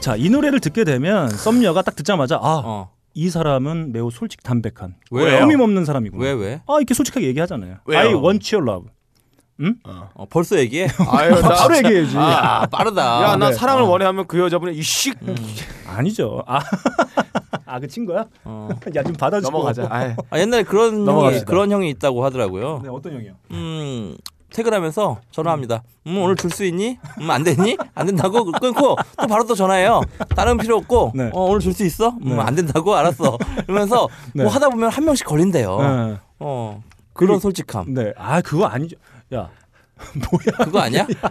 A: 자, 이 노래를 듣게 되면 썸녀가 딱 듣자마자 아,
B: 어.
A: 이 사람은 매우 솔직 담백한
B: 왜요?
A: 꾸밈 없는 사람이구나.
B: 왜 왜?
A: 아, 이렇게 솔직하게 얘기하잖아요.
C: 왜요?
A: I want your love.
B: 어, 벌써
A: (laughs)
B: 얘기해?
C: 아유 나
A: 바로 얘기해야지.
B: 아, 빠르다.
C: 야, 나
A: 네.
C: 사랑을 원해 하면 그 여자분이 이씨
A: 아니죠. 아, (laughs) 아, 그 친구야?
B: 어.
A: (laughs) 야, 좀 받아줘.
C: 넘어가자. 아이.
B: 아, 옛날에 그런 형이,
A: 넘어갑시다.
B: 그런 형이 있다고 하더라고요.
A: 네, 어떤 형이요?
B: 음, 퇴근하면서 전화합니다. 음, 오늘 줄 수 있니? 음, 안 되니? 안 된다고 (laughs) 끊고 또 바로 또 전화해요. 다른 필요 없고
A: 네.
B: 어, 오늘 줄 수 있어? 음,
A: 네.
B: 안 된다고 알았어. 이러면서
A: 네.
B: 뭐 하다 보면 한 명씩 걸린대요.
A: 네.
B: 어. 그런
A: 그-
B: 솔직함.
A: 네. 아, 그거 아니죠. 야. (laughs) 뭐야?
B: 그거
A: (laughs)
B: 아니야? 아,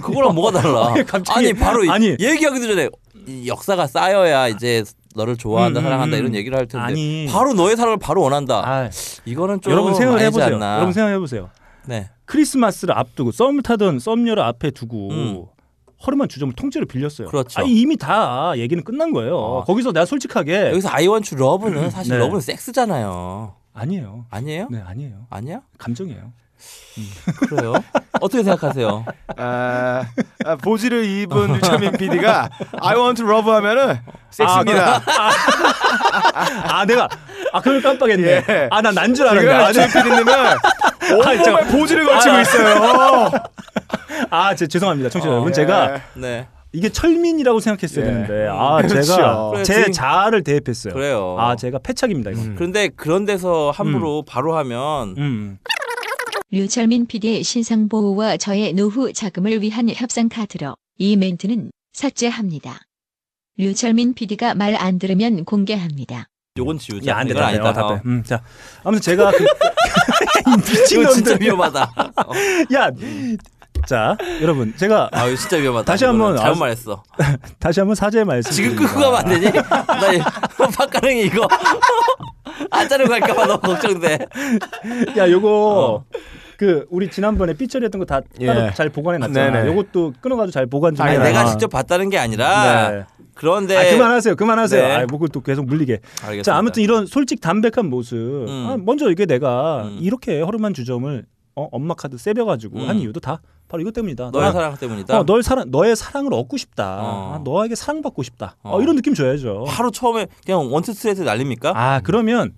B: 그거랑 뭐가 달라?
A: 아니, 갑자기-
B: 아니 바로 이-
A: 아니.
B: 얘기하기도 전에 이 역사가 쌓여야 이제 너를
A: 음,
B: 좋아한다,
A: 음,
B: 사랑한다
A: 음.
B: 이런 얘기를 할 텐데
A: 아니.
B: 바로 너의 사랑을 바로 원한다.
A: 아,
B: 이거는 좀
A: 여러분 생각을
B: 아니지
A: 해보세요.
B: 않나.
A: 여러분 생각해 보세요.
B: 네.
A: 크리스마스를 앞두고 썸을 타던 썸녀를 앞에 두고
B: 음.
A: 허름한 주점을 통째로 빌렸어요.
B: 그렇죠.
A: 아니, 이미 다 얘기는 끝난 거예요.
B: 어.
A: 거기서 내가 솔직하게
B: 여기서 I want you love는 사실
A: 네.
B: 러브는 섹스잖아요.
A: 아니에요.
B: 아니에요?
A: 네, 아니에요.
B: 아니야?
A: 감정이에요.
B: 그래요? 어떻게
A: (laughs)
B: 생각하세요?
C: 아, 아, 보지를 입은 유철민 PD가 I want to love 하면은
A: 네.
C: 섹스입니다.
A: 아, 내가 아, 그걸 깜빡했네.
C: 예.
A: 아, 난 난 줄
C: 지금
A: 알았네. 아,
C: 유철민 PD님은 온몸에 보지를 걸치고
A: 아,
C: 있어요.
A: 아, 제, 죄송합니다. 청취자
B: 어,
A: 여러분.
C: 예.
A: 제가
B: 네.
A: 이게 철민이라고 생각했어야
C: 예.
A: 되는데 아, 제가
C: 그렇죠.
B: 그래,
A: 제
B: 지금-
A: 자아를 대입했어요.
B: 그래요.
A: 아, 제가 패착입니다, 이거.
C: 음.
B: 그런데 그런 데서 함부로 바로 하면
A: 음.
H: 류철민 PD의 신상 보호와 저의 노후 자금을 위한 협상 카드로 이 멘트는 삭제합니다. 류철민 PD가 말 안 들으면 공개합니다.
B: 요건 지우자.
A: 야, 안 돼,
B: 그렇죠. 이건
A: 안 돼.
B: 아니다.
A: 어, 답답해. 음, 자. 아무튼 제가 그... (laughs)
B: 이거 진짜
A: 미친놈들. (laughs)
B: 위험하다. 어,
A: 야. 자, 여러분, 제가
B: 아, 이거 진짜 위험하다.
A: 다시
B: 이거는
A: 한번
B: 잘못
A: 아-
B: 말했어.
A: 다시 한번 사죄의 말씀.
B: 지금 끄고 가면 안 되니? 나 이- 박가능이 이거 (laughs) 안 자르고 갈까봐 너무 걱정돼.
A: 야,
B: 어.
A: 요거 그 우리 지난번에 삐처리했던 거 다 따로
C: 예.
A: 잘 보관해 놨잖아.
C: 네네.
A: 요것도 끊어 가지고 잘 보관 좀
B: 아니,
A: 해라.
B: 내가 직접 봤다는 게 아니라
A: 네.
B: 그런데
A: 아, 그만하세요. 그만하세요.
B: 네.
A: 아, 목을 또 계속 물리게.
B: 알겠습니다.
A: 자, 아무튼 이런 솔직 담백한 모습. 아, 먼저 이게 내가
B: 음.
A: 이렇게 허름한 주점을 어, 엄마 카드 세벼 가지고
B: 음.
A: 한 이유도 다 바로 이것 때문이다.
B: 너의
A: 나-
B: 사랑 때문이다.
A: 어, 널 사랑, 너의 사랑을 얻고 싶다.
B: 어.
A: 아, 너에게 사랑받고 싶다. 어,
B: 어.
A: 이런 느낌 줘야죠.
B: 바로 처음에 그냥 원투 스트레이트 날립니까?
A: 아 그러면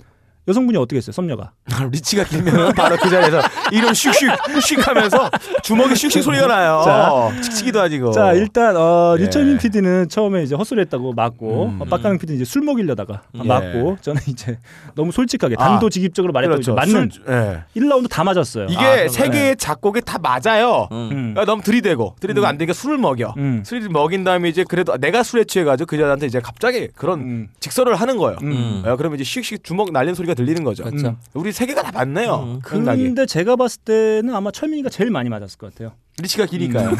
A: 여성분이 어떻게 했어요, 썸녀가?
C: 아, 리치가 길면 바로 그 자리에서 이런 슉슉 슉 하면서 주먹이 슉슉 소리가 나요.
A: 자.
C: 칙칙이도 아니고.
A: 자 일단 어,
C: 예.
A: 류철민 PD는 처음에 이제 헛소리했다고 맞고
C: 음.
A: 어, 빡가는 PD는 이제 술 먹이려다가
C: 예.
A: 맞고 저는 이제 너무 솔직하게
C: 아,
A: 단도직입적으로 말했다고 이제
C: 그렇죠.
A: 맞는
C: 술- 예.
A: 1라운드 다 맞았어요. 아,
C: 이게
B: 아, 그러네.
C: 세 개의 작곡이 다 맞아요.
B: 음.
A: 음.
C: 아, 너무 들이대고 들이대고 안 되니까 술을 먹여.
A: 음.
C: 술을 먹인 다음에 이제 그래도 내가 술에 취해가지고 그 여자한테 이제 갑자기 그런
A: 음.
C: 직설을 하는 거예요.
B: 음.
C: 아, 그러면 이제 씩씩 주먹 날리는 소리가 들리는 거죠.
B: 그렇죠.
A: 음.
C: 우리 세 개가 다 맞네요.
B: 음.
C: 생각이.
A: 근데 제가 봤을 때는 아마 철민이가 제일 많이 맞았을 것 같아요.
C: 리치가 기니까요.
B: 음.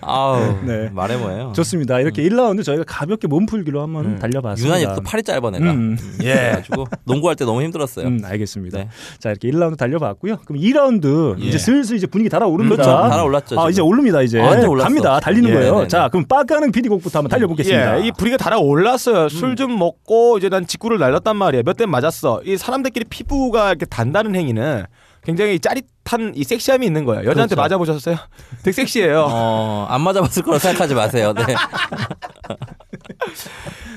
B: 아우
A: 네.
B: 말해 뭐예요?
A: 좋습니다. 이렇게 1라운드 저희가 가볍게 몸풀기로 한번 달려봤습니다.
B: 유난히 또 팔이 짧아 내가.
A: 음.
B: 예. 그래가지고 농구할 때 너무 힘들었어요.
A: 음, 알겠습니다.
B: 네. 예.
A: 자 이렇게 1라운드 달려봤고요. 그럼 2라운드 이제 슬슬 이제 분위기 달아오릅니다.
B: 그렇죠. 달아올랐죠,
A: 아
B: 지금.
A: 이제 오릅니다. 이제
B: 아, 이제 올랐어.
A: 갑니다. 달리는
B: 예,
A: 거예요.
B: 네네.
A: 자 그럼 빠가는 피디곡부터 한번 달려보겠습니다.
C: 예, 이 부리가 달아올랐어요. 술 좀 먹고 이제 난 직구를 날렸단 말이야. 몇 대 맞았어. 이 사람들끼리 피부가 이렇게 단다는 행위는 굉장히 짜릿한 이 섹시함이 있는 거예요. 여자한테 맞아보셨어요? (laughs) 되게 섹시해요.
B: 어, 안 맞아봤을 거라 생각하지
A: (laughs)
B: 마세요. 네.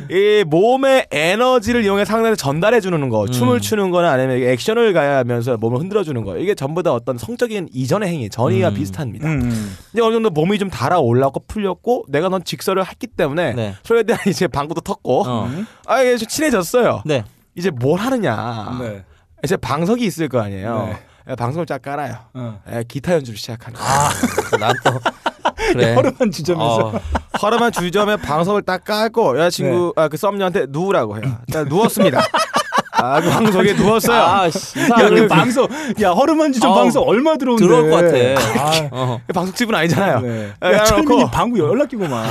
C: 이 몸의 에너지를 이용해 상대한테 전달해 주는 거, 춤을 추는 거나 아니면 이게 액션을 가하면서 몸을 흔들어 주는 거, 이게 전부 다 어떤 성적인 이전의 행위, 전이와 비슷합니다.
A: 음, 음.
C: 근데 어느 정도 몸이 좀 달아올랐고 풀렸고, 내가 넌 직설을 했기 때문에
B: 네.
C: 소리에 대한 (laughs) 이제 방구도 텄고,
B: 어.
C: 아 이게 좀 친해졌어요.
B: 네.
C: 이제 뭘 하느냐?
A: 네.
C: 이제 방석이 있을 거 아니에요.
A: 네.
C: 예, 방석을 쫙 깔아요.
A: 어.
C: 예, 기타 연주를 시작하는. 거예요.
A: (laughs)
B: 아난또 그래.
A: 네, 허름한 지점에서
B: 네. 어,
C: 아, 허름한 주점에 방석을 딱 깔고 여자친구 아, 그 썸녀한테 누우라고 해요. 자, 누웠습니다. 아, 그 방석에 누웠어요.
B: 아, 씨,
A: 야,
B: 이상하게
A: 그 방송 야 허름한 지점
B: 아우,
A: 방송 얼마 들어온데
B: 어. 들어올 것 같아.
A: 아,
B: 어.
C: 그 방석집은 아니잖아요.
A: 네.
C: 아,
A: 야, 철민이
C: 그래놓고 아.
A: 방구 연락 끼고만.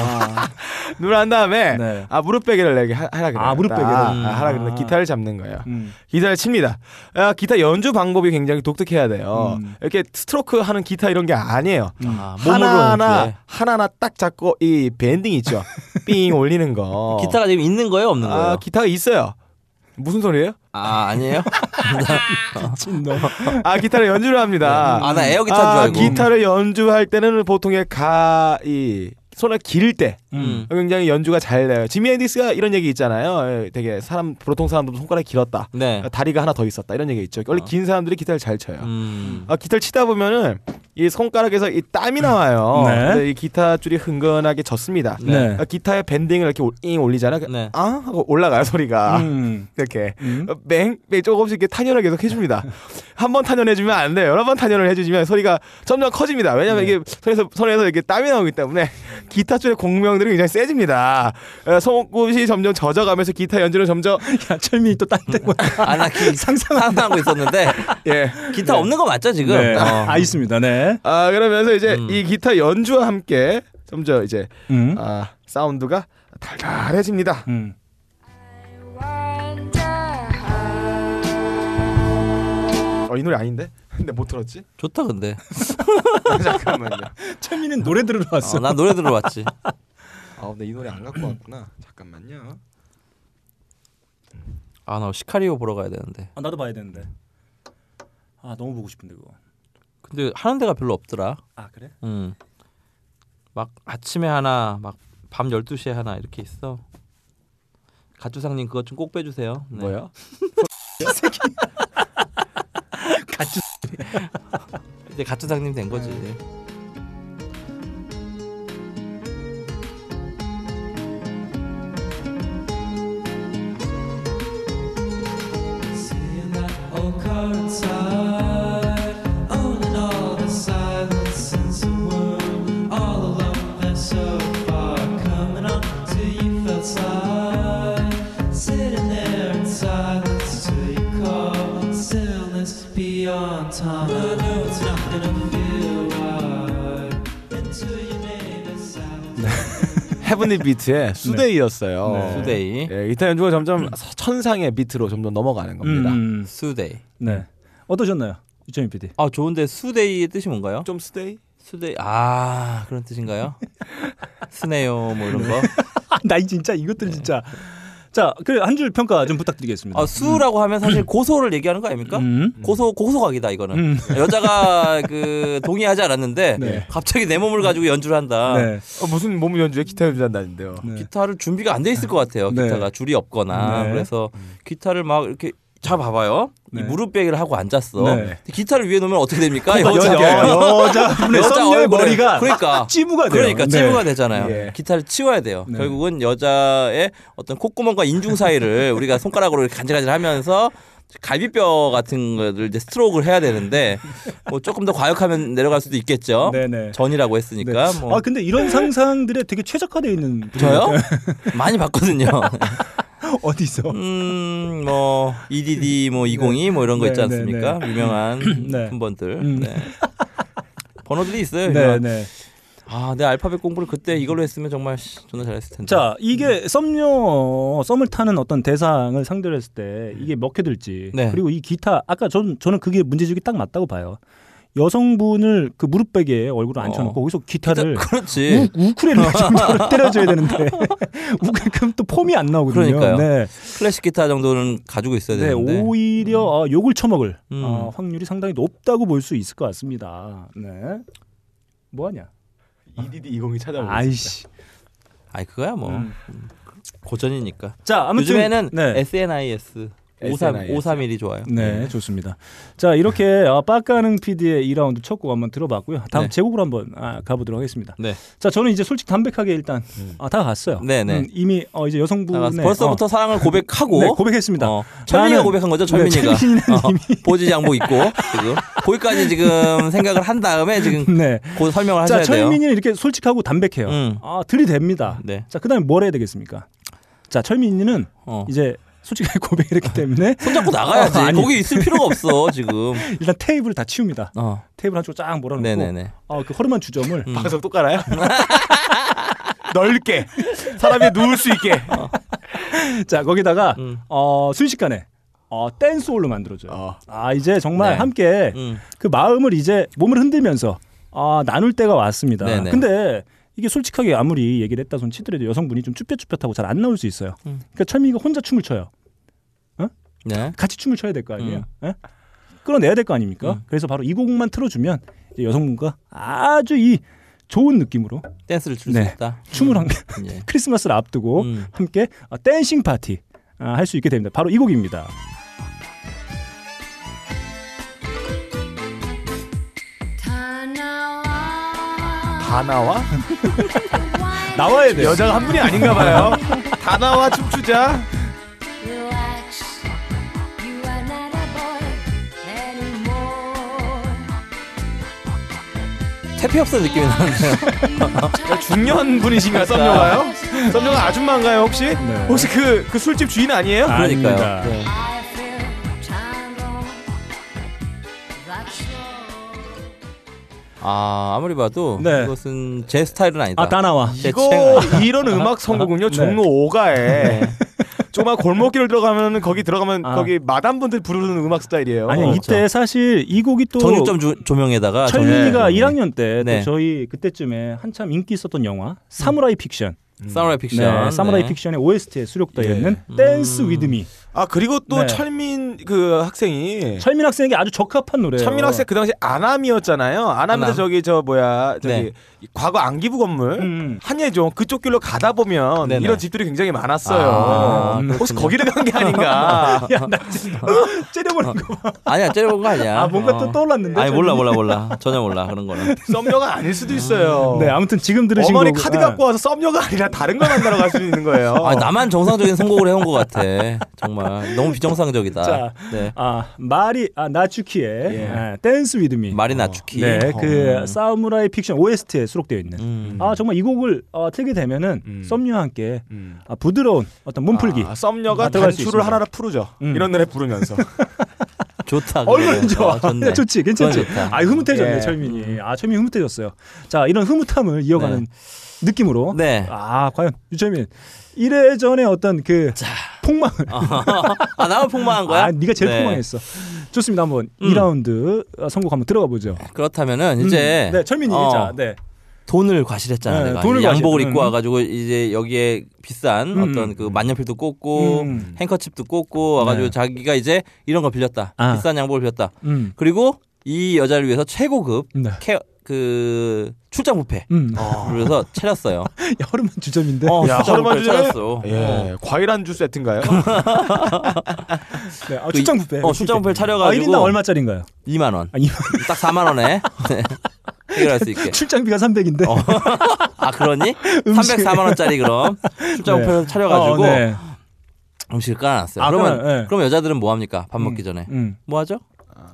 C: 누른 다음에
A: 네.
C: 아 무릎 베개를 내게 하, 하라 그래요.
A: 아, 무릎 베개를.
C: 아, 아, 하라
A: 아.
C: 그래요. 기타를 잡는 거예요.
A: 음.
C: 기타를 칩니다. 아, 기타 연주 방법이 굉장히 독특해야 돼요.
A: 음.
C: 이렇게 스트로크 하는 기타 이런 게 아니에요.
B: 아, 몸으로
C: 하나하나
B: 이렇게.
C: 하나하나 딱 잡고 이 밴딩 있죠. 삥 올리는 거.
B: (laughs) 기타가 지금 있는 거예요, 없는 거예요?
C: 아, 기타가 있어요. 무슨 소리예요?
B: 아, 아니에요?
A: 진놈.
C: 아 기타를 연주를 합니다.
B: 아, 나 에어 기타인 줄 알고.
C: 기타를 연주할 때는 보통의 가이 손을 기를 때
B: (laughs) 음.
C: 굉장히 연주가 잘 나요. 지미 앤디스가 이런 얘기 있잖아요. 예, 되게 사람 보통 사람들 손가락이 길었다. 아,
B: 네. 어.
C: 다리가 하나 더 있었다 이런 얘기 있죠. 원래 긴 사람들이 기타를 잘 쳐요.
B: 음.
C: 아, 기타를 치다 보면은 이 손가락에서 이 땀이 나와요.
A: 네.
C: 근데 이 기타 줄이 흥건하게 젖습니다.
A: 네.
C: 아, 기타의 밴딩을 이렇게 올- 잉 올리잖아.
B: 네.
C: 아 하고 올라가요
B: 아.
C: 소리가.
A: 음.
C: 이렇게
A: 음.
C: 어, 맹, 맹 조금씩 이렇게 탄현을 계속 해줍니다. 한 번 탄현해주면 안 돼요. 여러 번 탄현을 해주면 소리가 점점 커집니다.
A: 네.
C: 왜냐면 이게 손에서 손에서 이렇게 땀이 나오기 때문에 기타 줄의 공명들이 굉장히 세집니다. 어, 손끝이 점점 젖어가면서 기타 연주는 점점
A: 야 철민이 또 딴데 뭐
B: 아, 나 기, (laughs) 상상하고 있었는데
C: 예.
B: (laughs) 기타 없는 거 맞죠, 지금?
A: 네.
B: 어.
A: 아 있습니다. 네.
C: 아 그러면서 이제
B: 음.
C: 이 기타 연주와 함께 점점 이제
A: 음.
C: 아, 사운드가 달달해집니다.
A: 음.
C: 어, 이 노래 아닌데? 근데 못 들었지? (laughs)
B: 좋다 근데.
C: 잠깐만요.
A: 철민은 노래 들으러 왔어.
B: 어, 나 노래 (laughs) 들어봤지.
C: 아 근데 이 노래 안 갖고 왔구나. 잠깐만요.
B: 아, 나 시카리오 보러 가야 되는데.
A: 아, 나도 봐야 되는데. 아 너무 보고 싶은데 그거.
B: 근데 하는 데가 별로 없더라.
A: 아 그래?
B: 음. 막 아침에 하나, 막 밤 12시에 하나 이렇게 있어. 가주상님 그것 좀 꼭 빼주세요. 네.
C: 뭐요?
B: 이제 가주상님 된 거지.
C: 헤븐리 (laughs) 비트의 수데이였어요.
B: 수데이.
C: 예, 기타 연주가 점점 천상의 비트로 점점 넘어가는 겁니다.
A: 음.
B: 수데이.
A: 네. 어떠셨나요, 유채민 PD?
B: 아, 좋은데 수데이의 뜻이 뭔가요?
C: 좀 수데이?
B: 수데이. 아, 그런
A: (laughs)
B: 뜻인가요? 스네요 뭐 이런 거.
A: 아, (laughs) 나 이- 진짜 이것들 진짜. 자, 그래 한 줄 평가 좀 부탁드리겠습니다.
B: 네. 아, 수라고 하면 사실 고소를 얘기하는 거 아닙니까?
A: 음.
B: 고소 고소각이다 이거는 여자가 그 동의하지 않았는데
A: 네.
B: 갑자기 내 몸을 가지고 연주를 한다.
A: 네.
C: 어, 무슨 몸 연주에 기타 연주한다는데요.
A: 네.
B: 기타를 준비가 안 돼 있을 것 같아요.
A: 네.
B: 기타가 줄이 없거나
A: 네.
B: 그래서 기타를 막 이렇게 잡아봐요.
A: 네.
B: 이 무릎 베개를 하고 앉았어.
A: 네.
B: 기타를 위에 놓으면 어떻게 됩니까?
A: 여자 여자분의
B: (laughs) 여자
A: 네, 썸녀의
B: 얼굴에.
A: 머리가
B: 그러니까
A: 찌부가 돼요.
B: 그러니까
A: 네.
B: 찌부가 되잖아요.
A: 예.
B: 기타를 치워야 돼요.
A: 네.
B: 결국은 여자의 어떤 콧구멍과 인중 사이를
A: (laughs)
B: 우리가 손가락으로 이렇게 간질간질하면서 갈비뼈 같은 거를 이제 스트로크를 해야 되는데 뭐 조금 더 과격하면 내려갈 수도 있겠죠.
A: 네네.
B: 전이라고 했으니까.
A: 네.
B: 뭐
A: 아 근데 이런 상상들에 되게 최적화되어 있는
B: 저요? (laughs)
A: (laughs)
B: 많이 봤거든요.
A: 어디서?
B: 음, 뭐 EDD 뭐 202 뭐 이런 거
A: 네,
B: 있지
A: 네,
B: 않습니까? 유명한
A: (clears throat) 네.
B: 품번들.
A: 음.
B: 네. 번호들이 있어요.
A: 네,
B: 유명한.
A: 네.
B: 아, 내 알파벳 공부를 그때 이걸로 했으면 정말 씨, 존나 잘했을 텐데.
A: 자, 이게 썸녀 썸을 타는 어떤 대상을 상대로 했을 때 이게 몇 개 들지.
B: 네.
A: 그리고 이 기타 아까 전 저는 그게 문제지기 딱 맞다고 봐요. 여성분을 그 무릎 베개에 얼굴을 앉혀 놓고 거기서 기타를 네.
B: 어. (laughs) 그렇지. 예.
A: 우, 우크렐레
B: (laughs)
A: 정도로 때려줘야 되는데 (laughs) 우크렐 그럼 또 폼이 안 나오거든요.
B: 그러니까요.
A: 네,
B: 클래식 기타 정도는 가지고 있어야
A: 네
B: 되는데.
A: 오히려 어, 욕을 처먹을
B: 음.
A: 어, 확률이 상당히 높다고 볼 수 있을 것 같습니다. 네, 뭐하냐?
C: EDD 20이 찾아오고
A: 아이씨.
B: 아이 그거야 뭐
A: 음.
B: 고전이니까.
A: 자, 아무튼
B: 요즘에는
A: 네.
B: SNIS 53,
C: SNIS.
B: 531이 좋아요.
A: 네, 좋습니다. 자, 이렇게 아, 빡가능 PD의 2라운드 첫 곡 한번 들어봤고요. 다음
B: 네.
A: 제곡으로 한번 아, 가보도록 하겠습니다.
B: 네.
A: 자, 저는 이제 솔직 담백하게 일단 아, 다 갔어요.
B: 네, 네.
A: 이미 어, 이제
B: 나가서
A: 여성분의
B: 벌써부터 사랑을 고백하고
A: 어, 네, 고백했습니다.
B: 어, 철민이가
A: 나는-
B: 고백한 거죠,
A: 네,
B: 철민이가.
A: 철민이는
B: 어, (laughs) 보지 장복 입고 지금 거기까지 지금 생각을 한 다음에
A: (laughs)
B: 지금
A: 네.
B: 곧 설명을
A: 자,
B: 하셔야 돼요.
A: 철민이는 이렇게 솔직하고 담백해요.
B: 음.
A: 아, 들이댑니다.
B: 네.
A: 자, 그다음에 뭘 해야 되겠습니까? 자, 철민이는
B: 어.
A: 이제 솔직하게 (laughs) 고백을
B: (laughs)
A: 했기 때문에
B: 손잡고 나가야지.
A: 어, 아니.
B: 거기 있을 필요가 없어 지금.
A: 일단 테이블을 다 치웁니다.
B: 어,
A: 테이블 한쪽 쫙 몰아놓고
B: 네네네. 음.
A: 어, 그 허름한 주점을
C: 방송 또 깔아요?
D: 넓게 사람이 누울 수 있게
A: 자 거기다가
B: 음.
A: 어, 순식간에 어, 댄스 홀로 만들어줘요. 아 이제 정말
B: 네.
A: 함께
B: 음.
A: 그 마음을 이제 몸을 흔들면서 아 나눌 때가 왔습니다.
B: 네네.
A: 근데 이게 솔직하게 아무리 얘기를 했다 손 치더라도 여성분이 좀 쭈뼛쭈뼛하고 잘 안 나올 수 있어요.
B: 음.
A: 그러니까 철민이가 혼자 춤을 춰요.
B: 네.
A: 같이 춤을 춰야 될 거 아니에요.
B: 음.
A: 예? 끌어내야 될 거 아닙니까? 그래서 바로 이 곡만 틀어주면 이제 여성분과 아주 이 좋은 느낌으로
B: 댄스를 출 수
A: 네.
B: 있다.
A: 춤을 함께 (laughs)
B: 예.
A: 크리스마스를 앞두고
B: 음.
A: 함께 어, 댄싱 파티 아, 할 수 있게 됩니다. 바로 이 곡입니다.
C: 다 나와?
A: 나와야 돼요.
C: 네, 여자가 한 분이 아닌가 봐요. 다 나와 춤추자.
G: Relax, you are not a boy anymore.
B: 태피 없어 느낌이 나는데요.
A: (laughs)
C: 중년 분이신가요, 썸녀가요? 썸녀가 아줌마인가요, 혹시? 혹시 그, 그 술집 주인 아니에요?
A: 아닙니다.
B: 그러니까요. 네.
G: I feel time gone like snow.
B: 아 아무리 봐도
A: 네.
B: 이것은 제 스타일은 아니다.
A: 아, 다 나와.
B: 제
C: 이거
B: 취향은
C: 이런
A: 아,
C: 음악 선곡은요
A: 네.
C: 종로 5가에 조그만 골목길을 들어가면 거기 들어가면
A: 아.
C: 거기 마담분들 부르는 음악 스타일이에요. 그렇죠.
A: 아니 이때 사실 이 곡이 또
B: 정육점 조, 조명에다가
A: 철민이가
B: 정육점.
A: 1학년 때또
B: 네.
A: 저희 그때쯤에 한참 인기 있었던 영화 사무라이 픽션,
B: 사무라이 픽션.
A: 네, 사무라이
B: 네.
A: 픽션의 OST에 수록되어 있는 댄스 위드미
C: 아 그리고 또
A: 네.
C: 철민 그 학생이
A: 철민 학생에게 아주 적합한 노래예요.
C: 철민 학생 그 당시 아남이었잖아요. 아남인데
B: 아남.
C: 저기 저 뭐야 저기
B: 네.
C: 과거 안기부 건물
A: 음.
C: 한예종 그쪽 길로 가다 보면
B: 네네.
C: 이런 집들이 굉장히 많았어요.
B: 아,
C: 혹시 거기를 간 게
A: (laughs)
C: 아닌가?
A: 야나 지금 째려보는 거 봐.
B: 아니야 째려본 거 아니야.
A: 어. (laughs)
B: 어.
A: 아, 뭔가 또 떠올랐는데,
B: 아니 몰라
A: 저는.
B: 몰라 몰라 전혀 몰라
A: (laughs)
B: 그런 거는.
C: 썸녀가 아닐 수도 있어요.
A: 네 아무튼 지금 들으신
C: 어머니
A: 곡은-
C: 카드
A: 네.
C: 갖고 와서 썸녀가 아니라 다른 걸 만나러 갈 수 있는 거예요.
A: 어.
B: 아 나만 정상적인 선곡을 해온 것 같아. 정말 너무 비정상적이다.
A: 자,
B: 네.
A: 아 마리 아 나츠키의 아, 댄스 위드미
B: 마리나 추키.
A: 네,
B: 어.
A: 그 사무라이 픽션 OST에 수록되어 있는. 아 정말 이 곡을 어, 틀게 되면은 썸녀와 함께
C: 음.
A: 아, 부드러운 어떤 몸풀기.
C: 아, 썸녀가
A: 아, 들어갈 수
C: 단추를
A: 있습니다. 음.
C: 하나로 풀죠. 이런
A: (laughs)
C: 노래 부르면서
B: 좋다.
A: 얼마나
B: 그거는.
A: 좋아.
B: 어, 좋네.
A: (laughs) 좋지, 괜찮지.
B: 그건 좋다. 음.
A: 아 흐뭇해졌네
C: 예.
A: 철민이. 아 철민 이 흐뭇해졌어요. 자 이런 흐뭇함을 이어가는 느낌으로.
B: 네.
A: 아 과연 유철민 이래전에 어떤 그 폭망을.
B: (laughs) 아 나만 폭망한 거야?
A: 아 네가 제일
B: 네. 음.
A: 폭망했어. 좋습니다. 한번 2라운드 선곡 한번 들어가 보죠.
B: 그렇다면은
A: 음,
B: 이제
A: 네 철민이
B: 어,
A: 자 네.
B: 돈을 과실했잖아
A: 네,
B: 내가
A: 돈을
B: 양복을
A: 과실.
B: 입고
A: 음.
B: 와가지고 이제 여기에 비싼
A: 음.
B: 어떤 그 만년필도 꽂고
A: 음.
B: 행커칩도 꽂고 와가지고
A: 네.
B: 자기가 이제 이런 걸 빌렸다
A: 아.
B: 비싼 양복을 빌렸다
A: 음.
B: 그리고 이 여자를 위해서 최고급
A: 네.
B: 케어 그 출장 부페
A: 음.
B: 그래서 차렸어요.
A: (laughs) 야, 허름한 주점인데.
B: 어,
C: 야,
B: 출장
C: 허름한
B: 뷔페
C: 주제네.
B: 차렸어. 어.
C: 예, 과일 안주 세트인가요?
A: 그 네, 아,
B: 그
A: 출장
B: 이-
A: 뷔페.
B: 어, 출장 뷔페를
A: 아,
B: 차려가지고
A: 1인당 얼마짜리인가요?
B: 2만 원.
A: 아, 이
B: 딱 4만 원에 (laughs) 네. 해결할
A: (laughs)
B: 수 있게.
A: 출장비가 300인데.
B: 예. 어. (laughs) 아 그러니?
A: 음식. (laughs) 어, 네.
B: 304만 원짜리 그럼 출장 뷔페를 차려가지고 음식을 깔아놨어요.
A: 아,
B: 그러면
A: 그래, 네.
B: 그럼 여자들은 뭐 합니까? 밥 먹기 전에
A: 음.
B: 뭐 하죠?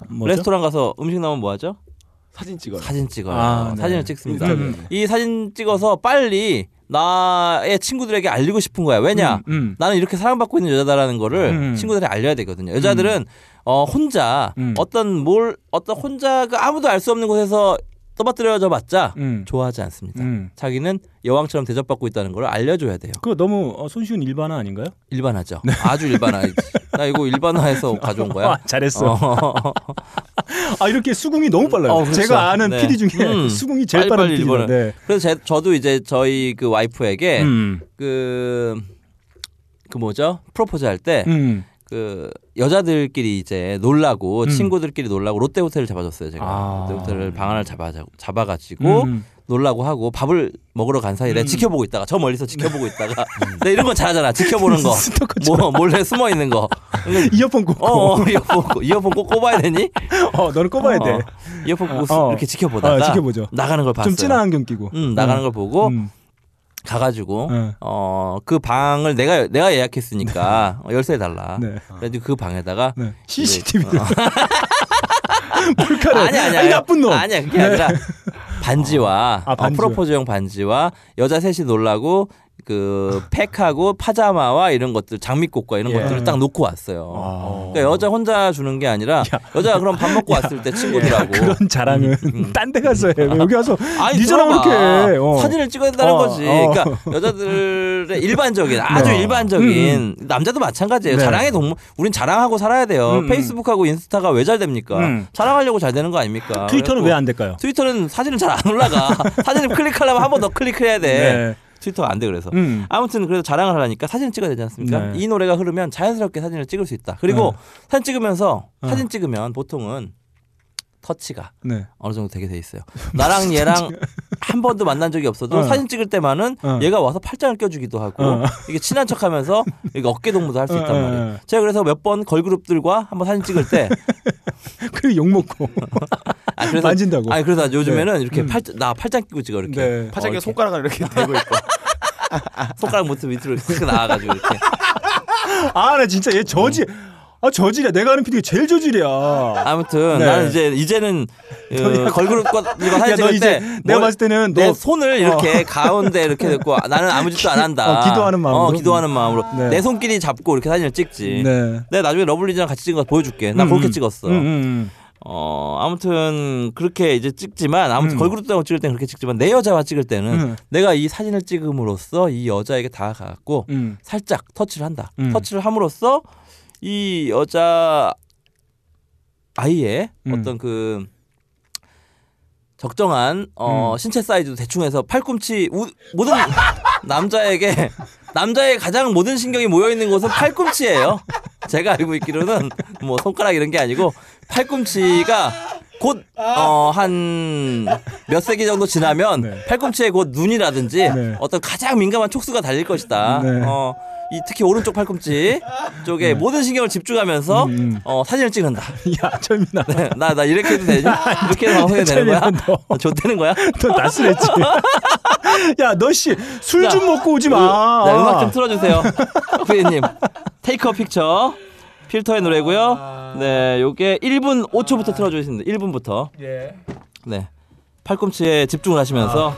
A: 뭐죠?
B: 레스토랑 가서 음식 나오면 뭐 하죠?
C: (laughs) 사진 찍어요.
B: 사진 찍어요.
A: 아, 네.
B: 사진을 찍습니다.
A: 음, 음.
B: 이 사진 찍어서 빨리 나의 친구들에게 알리고 싶은 거야. 왜냐?
A: 음,
B: 나는 이렇게 사랑받고 있는 여자다라는 거를
A: 음.
B: 친구들이 알려야 되거든요. 여자들은 어, 혼자
A: 음.
B: 어떤 뭘 어떤 혼자 그 아무도 알 수 없는 곳에서 떠받들여져 봤자
A: 음.
B: 좋아하지 않습니다.
A: 음.
B: 자기는 여왕처럼 대접받고 있다는 걸 알려줘야 돼요.
A: 그거 너무 어, 손쉬운 일반화 아닌가요?
B: 일반화죠. 아주 일반화이지. 나 이거 일반화해서 가져온 거야.
A: 네. (laughs) 아, 잘했어.
B: 어.
A: 아, 이렇게 수긍이 너무 빨라요.
B: 어, 그렇죠.
A: 제가 아는
B: 네.
A: PD 중에 그
B: 음.
A: 수긍이 제일
B: 빨리빨리
A: 빠른
B: 일본을.
A: PD인데.
B: (laughs) 그래서 제, 저도 이제 저희 그 와이프에게
A: 음.
B: 그, 그 뭐죠? 프로포즈 할 때,
A: 음.
B: 그, 여자들끼리 이제 놀라고,
A: 음.
B: 친구들끼리 놀라고, 롯데 호텔을 잡아줬어요, 제가.
A: 아.
B: 롯데 호텔을 방 하나를 잡아, 잡아가지고,
A: 음.
B: 놀라고 하고 밥을 먹으러 간 사이에 내가 지켜보고 있다가 저 멀리서
A: (laughs)
B: 지켜보고 있다가
A: 음.
B: 내가 이런 건 잘하잖아 지켜보는 거 뭐, 몰래 숨어 있는 거
A: 이어폰 꽂고
B: 어,
A: 어,
B: 어 이어폰 꽂- 이어폰 꼭 꼽아야 되니
A: 너는 꼽아야
B: 어,
A: 돼.
B: 이어폰 꽂고
A: 어.
B: 이렇게 지켜보다가
A: 어, 지켜보죠.
B: 나가는 걸 봤어요
A: 좀 진한 안경 끼고.
B: 음, 나가는 걸 보고
A: 음.
B: 가가지고
A: 네.
B: 어그 방을 내가 내가 예약했으니까 어, 열쇠 달라.
A: 네.
B: 그래서 그 방에다가
A: 네. CCTV를. (laughs) 불카를.
B: 어. 아니 아니
A: 이 나쁜 놈. 네.
B: 아니야 그게 아니라 반지와
A: 아,
B: 어,
A: 반지와.
B: 프로포즈용 반지와 여자 셋이 놀라고 그 팩하고 파자마와 이런 것들 장미꽃과 이런
A: 예.
B: 것들을 딱 놓고 왔어요.
A: 아.
B: 그러니까 여자 혼자 주는 게 아니라 여자가 그럼 밥 먹고 왔을 때 친구들하고
A: 그런 자랑은 딴 데 가서 해. 왜 여기 와서
B: 뭐. 음, 아니,
A: 니 자랑
B: 들어봐.
A: 그렇게 해. 어.
B: 사진을 찍어야 된다는
A: 어,
B: 거지.
A: 어.
B: 그러니까 여자들의 일반적인 아주 일반적인 남자도 마찬가지예요.
A: 음, 네.
B: 자랑의 동물. 우린 자랑하고 살아야 돼요.
A: 음, 음.
B: 페이스북하고 인스타가 왜 잘 됩니까?
A: 음.
B: 자랑하려고 잘 되는 거 아닙니까?
A: 트위터는
B: 그래갖고
A: 왜 안 될까요?
B: 트위터는 사진을 잘 안
A: (laughs)
B: 올라가. 사진을 클릭하려면 한 번 더 클릭해야 돼.
A: 네.
B: 트위터 안 돼 그래서.
A: 음.
B: 아무튼 그래서 자랑을 하라니까 사진을 찍어야 되지 않습니까?
A: 네.
B: 이 노래가 흐르면 자연스럽게 사진을 찍을 수 있다. 그리고 사진 찍으면서
A: 어.
B: 사진 찍으면 보통은 터치가
A: 네.
B: 어느 정도 되게 돼 있어요. 나랑 얘랑 한 번도 만난 적이 없어도
A: 어.
B: 사진 찍을 때만은
A: 어.
B: 얘가 와서 팔짱을 껴주기도 하고
A: 어.
B: 이게 친한 척하면서 이게 어깨 동무도 할 수
A: 어,
B: 있단
A: 어,
B: 말이에요.
A: 어.
B: 제가 그래서 몇 번 걸그룹들과 한번 사진 찍을 때
A: 그리고 욕먹고.
B: (laughs) 아, 그래서
A: 만진다고. 음.
B: 아니 그래서 요즘에는 이렇게 팔, 나 팔짱 끼고 찍어 이렇게
A: 네.
C: 파자기가
B: 이렇게.
A: (laughs)
C: 손가락을 이렇게 대고 있고
B: 손가락 모트 밑으로 이렇게 나와가지고 이렇게
A: 아, 나 진짜 얘 저질. 아, 저질이야. 내가 아는 피디가 제일 저질이야.
B: 아무튼
A: 네.
B: 나는 이제 이제는
A: (laughs)
B: 어, 걸그룹과 누가
A: 야,
B: 사진
A: 너
B: 찍을
A: 이제
B: 때
A: 내가
B: 뭘-
A: 봤을 때는 너
B: 내 손을 이렇게 가운데 이렇게 놓고 아, 나는 아무 짓도 안 한다.
A: 어, 기도하는 마음으로.
B: 어, 기도하는 마음으로
A: 네.
B: 내 손끼리 잡고 이렇게 사진을 찍지.
A: 네.
B: 내가 나중에 러블리즈랑 같이 찍은 거 보여줄게. 나
A: 음,
B: 그렇게
A: 음.
B: 찍었어.
A: 음, 음,
B: 어 아무튼 그렇게 이제 찍지만 아무튼
A: 음.
B: 걸그룹들하고 찍을 때는 그렇게 찍지만 내 여자와 찍을 때는
A: 음.
B: 내가 이 사진을 찍음으로써 이 여자에게 다가갔고
A: 음. (laughs)
B: 살짝 터치를 한다.
A: 음.
B: 터치를 함으로써 이 여자 아이의
A: 음.
B: 어떤 그 적정한 어,
A: 음.
B: 신체 사이즈도 대충해서 팔꿈치 우- 모든 (laughs) 남자에게 남자의 가장 모든 신경이 모여 있는 곳은 팔꿈치예요. 제가 알고 있기로는 뭐 손가락 이런 게 아니고 팔꿈치가 어, 곧어한몇 세기 정도 지나면
A: 네.
B: 팔꿈치에 곧 눈이라든지
A: 네.
B: 어떤 가장 민감한 촉수가 달릴 것이다.
A: 네.
B: 어, 이 특히 오른쪽 팔꿈치 쪽에 모든 신경을 집중하면서
A: 음, 음.
B: 어, 사진을 찍는다. 네.
A: 야, 철민아.
B: 나 나 이렇게 해도 되니? 이렇게 해서 방송해도 되는 거야?
A: 재밌는 너.
B: 나 좋다는 거야?
A: 너 낯설했지. (laughs) 야, 너 씨, 술
B: 야,
A: 좀 먹고 오지 마.
B: 네, 음악 좀 틀어주세요, 피디님. 테이크어 픽처 필터의 노래고요. 네, 요게 1분
A: 아.
B: 5초부터 틀어주시면 돼요. 1분부터.
A: 예.
B: 네, 팔꿈치에 집중을
A: 아.
B: 하시면서.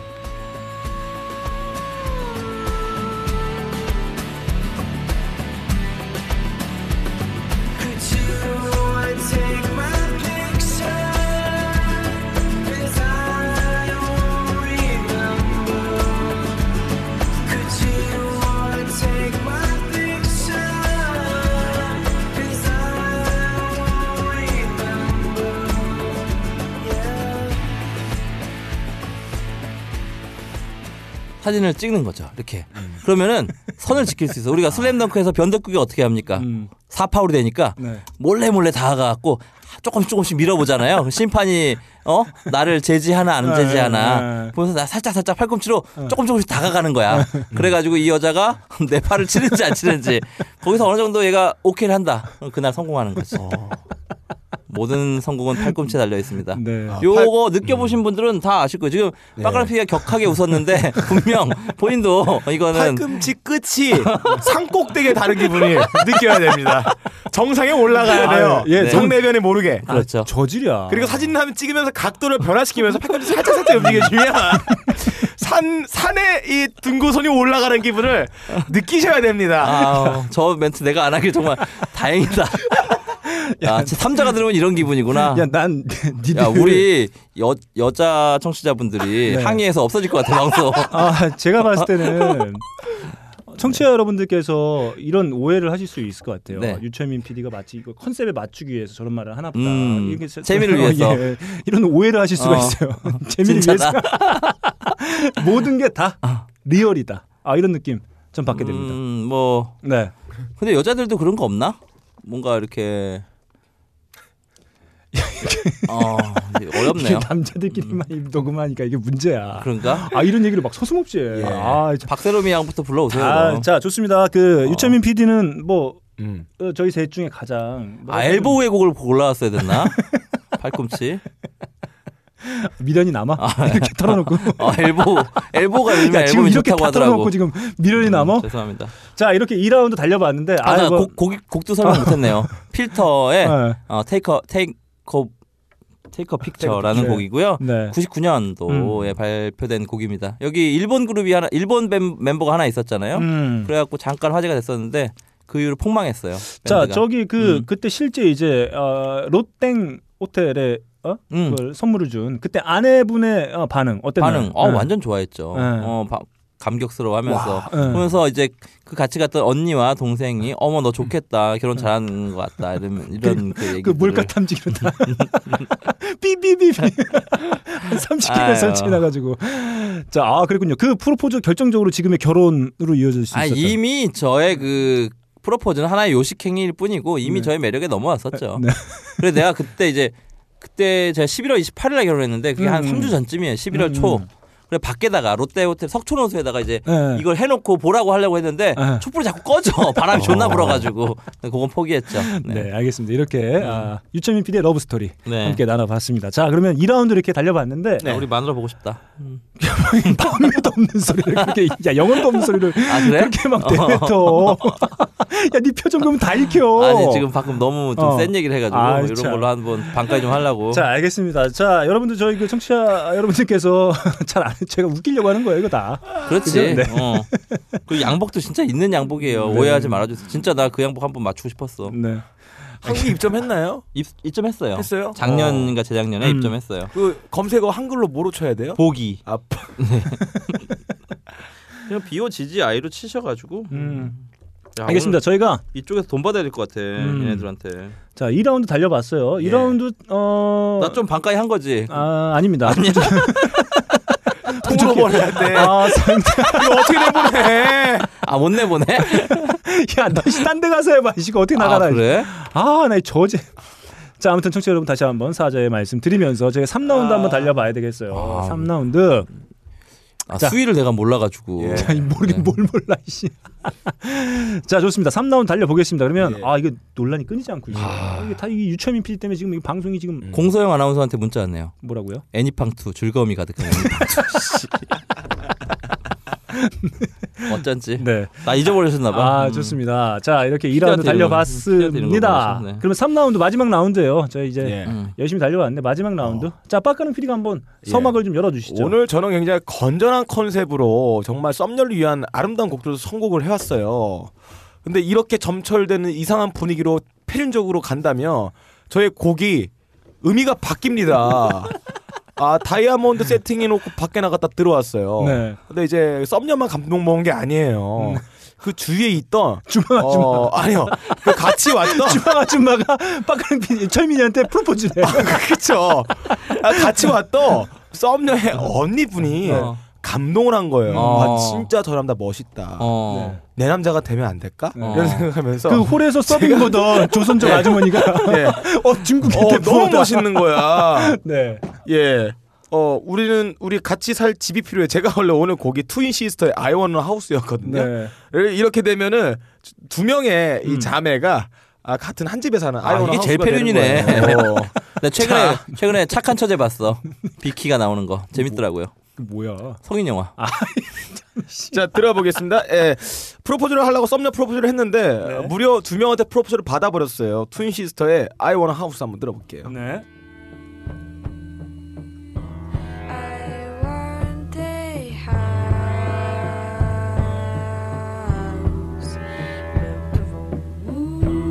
B: 사진을 찍는 거죠. 이렇게.
A: 음.
B: 그러면은 선을 지킬 수 있어. 우리가
A: 아.
B: 슬램덩크에서 변덕국이 어떻게 합니까? 사파울이 되니까
A: 음. 네.
B: 몰래 몰래 다가가고 아, 조금씩 조금씩 밀어보잖아요. 그럼 심판이 어 나를 제지하나 안
A: 네,
B: 제지하나
A: 네. 어.
B: 보면서 나 살짝 살짝 팔꿈치로 조금 조금씩 다가가는 거야. 그래가지고 이 여자가 (laughs) 내 팔을 치는지 안 치는지 거기서 어느 정도 얘가 오케이를 한다. 그럼 그날 성공하는 거지.
A: 어.
B: 모든 성공은 팔꿈치에 달려 있습니다.
A: 네.
B: 요거
A: 음.
B: 느껴보신 분들은 다 아실 거예요. 지금 빠까라 피가
A: (laughs)
B: 격하게 웃었는데 분명 본인도 이거는
C: 팔꿈치 끝이 산꼭대기에 다른 기분이 느껴야 됩니다. 정상에 올라가야 돼요.
A: 아유, 예,
C: 상대변이 모르게.
B: 그렇죠.
A: 아. 저질이야.
C: 그리고 사진 한 찍으면서 각도를 변화시키면서 팔꿈치 살짝
A: (laughs)
C: 살짝 움직여주면 산 산에 이 등고선이 올라가는 기분을 느끼셔야
A: 네.
C: 됩니다.
B: 아우, 저 멘트 내가 안 하길 정말
A: (laughs)
B: 다행이다. 야, 제 3자가 들으면 이런 기분이구나.
A: 야, 난 니들
B: 야, 우리 여, 여자 청취자분들이
A: 네.
B: 항의해서 없어질 것 같아, 방송.
A: 아, 제가 봤을 때는 청취자 여러분들께서 이런 오해를 하실 수 있을 것 같아요.
B: 네.
A: 유철민 PD가 마치 이거 컨셉에 맞추기 위해서 저런 말을 하나 보다.
B: 음,
A: 이렇게 세-
B: 재미를
A: 어,
B: 위해서.
A: 예. 이런 오해를 하실 수가
B: 어.
A: 있어요.
B: (laughs)
A: (laughs) 재미를
B: 진짜다. 어.
A: 위해서. (laughs) 모든 게 다 리얼이다. 아, 이런 느낌 전 받게 됩니다.
B: 음, 뭐.
A: 네. (laughs)
B: 근데 여자들도 그런 거 없나? 뭔가 이렇게 어, 이제 어렵네요.
A: 이게 남자들끼리만 이 녹음하니까 이게 문제야.
B: 그런가?
A: 아 이런 얘기를 막 소슴없이 해.
B: 예.
A: 아, 참.
B: 박세롬이 양부터 불러오세요.
A: 아,
B: 그럼.
A: 자 좋습니다. 그
B: 어.
A: 유철민 PD는 뭐
C: 음.
A: 어, 저희 셋 중에 가장
B: 아, 엘보의 곡을
A: (laughs)
B: 골라왔어야 됐나? 팔꿈치.
A: 미련이 남아 (laughs) 이렇게 털어놓고
B: 아, 엘보. 엘보가 요즘
A: 야, 지금
B: 앨범이
A: 이렇게
B: 좋다고
A: 다
B: 하더라고.
A: 털어놓고 지금 미련이 남아.
B: 음, 죄송합니다.
A: 자 이렇게 2라운드 달려봤는데
B: 아, 나
A: 이거- 아.
B: 곡, 곡, 곡도 설명
A: (laughs)
B: 못했네요. 필터의
A: 네.
B: 어, 테이커 테이커 테이커 픽처라는
A: 픽처.
B: 곡이고요.
A: 네. 음.
B: 99년도에 발표된 곡입니다. 여기 일본 그룹이 하나 일본 멤- 멤버가 하나 있었잖아요.
A: 음.
B: 그래갖고 잠깐 화제가 됐었는데 그 이후로 폭망했어요.
A: 자
B: 밴드가.
A: 저기 그
B: 음.
A: 그때 실제 이제 어, 롯땡 호텔에 어?
B: 음.
A: 그걸 선물을 준 그때 아내분의 어, 반응 어땠나요?
B: 반응 어
A: 네.
B: 완전 좋아했죠.
A: 네.
B: 어 바- 감격스러워하면서
A: 와, 네.
B: 그러면서 이제 그 같이 갔던 언니와 동생이 어머 너 좋겠다 결혼 잘하는 것 같다 이런 이런 그
A: (laughs)
B: 얘기
A: 그 물가 탐지기로 다 (laughs) 삐삐삐삐 한 30km
B: 아유.
A: 지나가지고 자아 그랬군요 그 프로포즈 결정적으로 지금의 결혼으로 이어질 수
B: 아
A: 있었다
B: 이미 저의 그 프로포즈는 하나의 요식행위일 뿐이고 이미
A: 네.
B: 저의 매력에 넘어왔었죠.
A: 네.
B: 그래서 내가 그때 이제 그때 제가 11월 28일에 결혼했는데 그게 한
A: 음.
B: 3주 전쯤이에요. 11월 초.
A: 음.
B: 그래 밖에다가 롯데호텔 석촌호수에다가 이제
A: 네.
B: 이걸 해놓고 보라고 하려고 했는데
A: 네.
B: 촛불이 자꾸 꺼져 바람이 존나 불어가지고 그건 포기했죠.
A: 네.
B: 네.
A: 알겠습니다 이렇게 아, 유채민 PD의 러브 스토리
B: 네.
A: 함께 나눠봤습니다 자 그러면 2라운드 이렇게 달려봤는데
B: 아, 우리 마누라 보고 싶다.
A: (laughs) 방에도 없는 소리를 그렇게 야 영혼도 없는 소리를
B: 아 그래?
A: 그렇게 막 내뱉어 야네 표정 그러면 다 읽혀
B: 아니 지금 방금 너무 좀
A: 어.
B: 센 얘기를 해가지고 뭐
A: 아,
B: 이런
A: 참.
B: 걸로 한번 반까지 좀 하려고.
A: 자 알겠습니다 자 여러분들 저희 그 청취자 여러분들께서 (laughs) 잘 안, 제가 웃기려고 하는 거예요 이거 다 그죠?
B: 그렇지.
A: 네. 음,
B: 어. 그 양복도 진짜 있는 양복이에요. 오해하지 말아주세요. 진짜 나 그 양복 한번 맞추고 싶었어.
A: 네.
C: 한국 입점했나요?
B: 입, 입점했어요.
C: 했어요?
B: 작년인가 재작년에
A: 음.
B: 입점했어요.
C: 그 검색어 한글로 뭐로 쳐야 돼요?
B: 보기.
C: 아,
B: 네.
A: (laughs)
B: 그냥 BOGGI로 치셔가지고.
A: 음.
B: 아,
A: 알겠습니다. 저희가
B: 이쪽에서 돈 받아야 될 것 같아.
A: 음.
B: 얘네들한테.
A: 자 2라운드 달려봤어요.
B: 예.
A: 2라운드 어
B: 나 좀 반가이 한 거지.
A: 아, 아닙니다. 뭐,
C: 통으로 보내야 돼.
A: 아, 상자.
C: 이거 어떻게 내보내?
B: 아 못 내보네.
A: 야, 너딴데 가서 해봐. 이거 어떻게 (laughs) 나가라.
B: 아, 그래?
A: 아, 나이 저제. (laughs) 자, 아무튼 청취자 여러분 다시 한번 사죄의 말씀 드리면서 제가 3라운드 한번 달려봐야 되겠어요.
B: 아.
A: 3라운드.
B: 아,
A: 자. 예.
B: 수위를 내가 몰라가지고.
A: (laughs) 자, 이 모르게
B: 네.
A: 뭘 몰라 이씨. (laughs) 자, 좋습니다. 3라운드 달려보겠습니다. 그러면 아, 이거 논란이 끊이지 않고 있어요. 아, 이게 다 이 유철민 PD 때문에 지금 이 방송이 지금
B: 공서영 아나운서한테 문자 왔네요.
A: 뭐라고요?
B: 애니팡투 즐거움이 가득한 애니팡투. 씨. (laughs) 어쩐지.
A: 네.
B: 나 잊어버리셨나봐.
A: 아 좋습니다. 자 이렇게
B: 음.
A: 2라운드
B: 피디한테 이러면, 피디한테 이런 거
A: 달려봤습니다.
B: 보내셨네.
A: 그러면 3라운드 마지막 (laughs) 라운드예요. 저희 이제
C: 예.
B: 음.
A: 열심히 달려봤는데 마지막 라운드. 자 빡가는 피디가 한번 서막을 좀 열어주시죠.
C: 오늘 저는 굉장히 건전한 컨셉으로 정말 썸녀를 위한 아름다운 곡들을 선곡을 해왔어요. 근데 이렇게 점철되는 이상한 분위기로 필연적으로 간다면 저의 곡이 의미가 바뀝니다. 아 다이아몬드 세팅해놓고 밖에 나갔다 들어왔어요.
A: 네.
C: 근데 이제 썸녀만 감동 먹은 게 아니에요. 그 주위에 있던
A: (laughs) 주방 아줌마.
C: 어, 아니요. 그 같이
A: (laughs)
C: 왔던
A: 주방 아줌마가 빡가는 피디 철민이한테 프로포즈를 해.
C: 그쵸. 아, 같이 왔던 썸녀의 언니분이
B: 어.
C: 감동을 한 거예요.
B: 어.
C: 아, 진짜 저 남자 멋있다.
B: 어.
C: 내 남자가 되면 안 될까?
B: 어.
C: 이런 생각하면서.
A: 그 홀에서 서빙
C: (laughs)
A: 보던 조선족 아주머니가
C: 예.
A: 어 중국에
C: (laughs) 어, 너무 멋있는 거야.
A: 네.
C: 예. 어, 우리는 우리 같이 살 집이 필요해. 제가 원래 오늘 곡이 트윈 시스터의 I want a house였거든요.
A: 네.
C: 이렇게 되면은 두 명의 이 자매가 음. 아, 같은 한 집에 사는 I
B: 아,
C: want a
B: 이게
C: house가 되는
B: 제일
C: 거예요. (laughs)
B: 표현이네.
C: 어.
B: 나 최근에 최근에 착한 처제 봤어. 비키가 나오는 거 재밌더라고요.
A: 그 뭐야?
B: 성인 영화.
C: 자
B: (laughs)
C: 들어보겠습니다. 예, 프로포즈를 하려고 썸녀 프로포즈를 했는데
B: 네.
C: 무려 두 명한테 프로포즈를 받아버렸어요. 트윈 시스터의 I Wanna House 한번 들어볼게요.
B: 음.
A: 네.
G: I want a house built of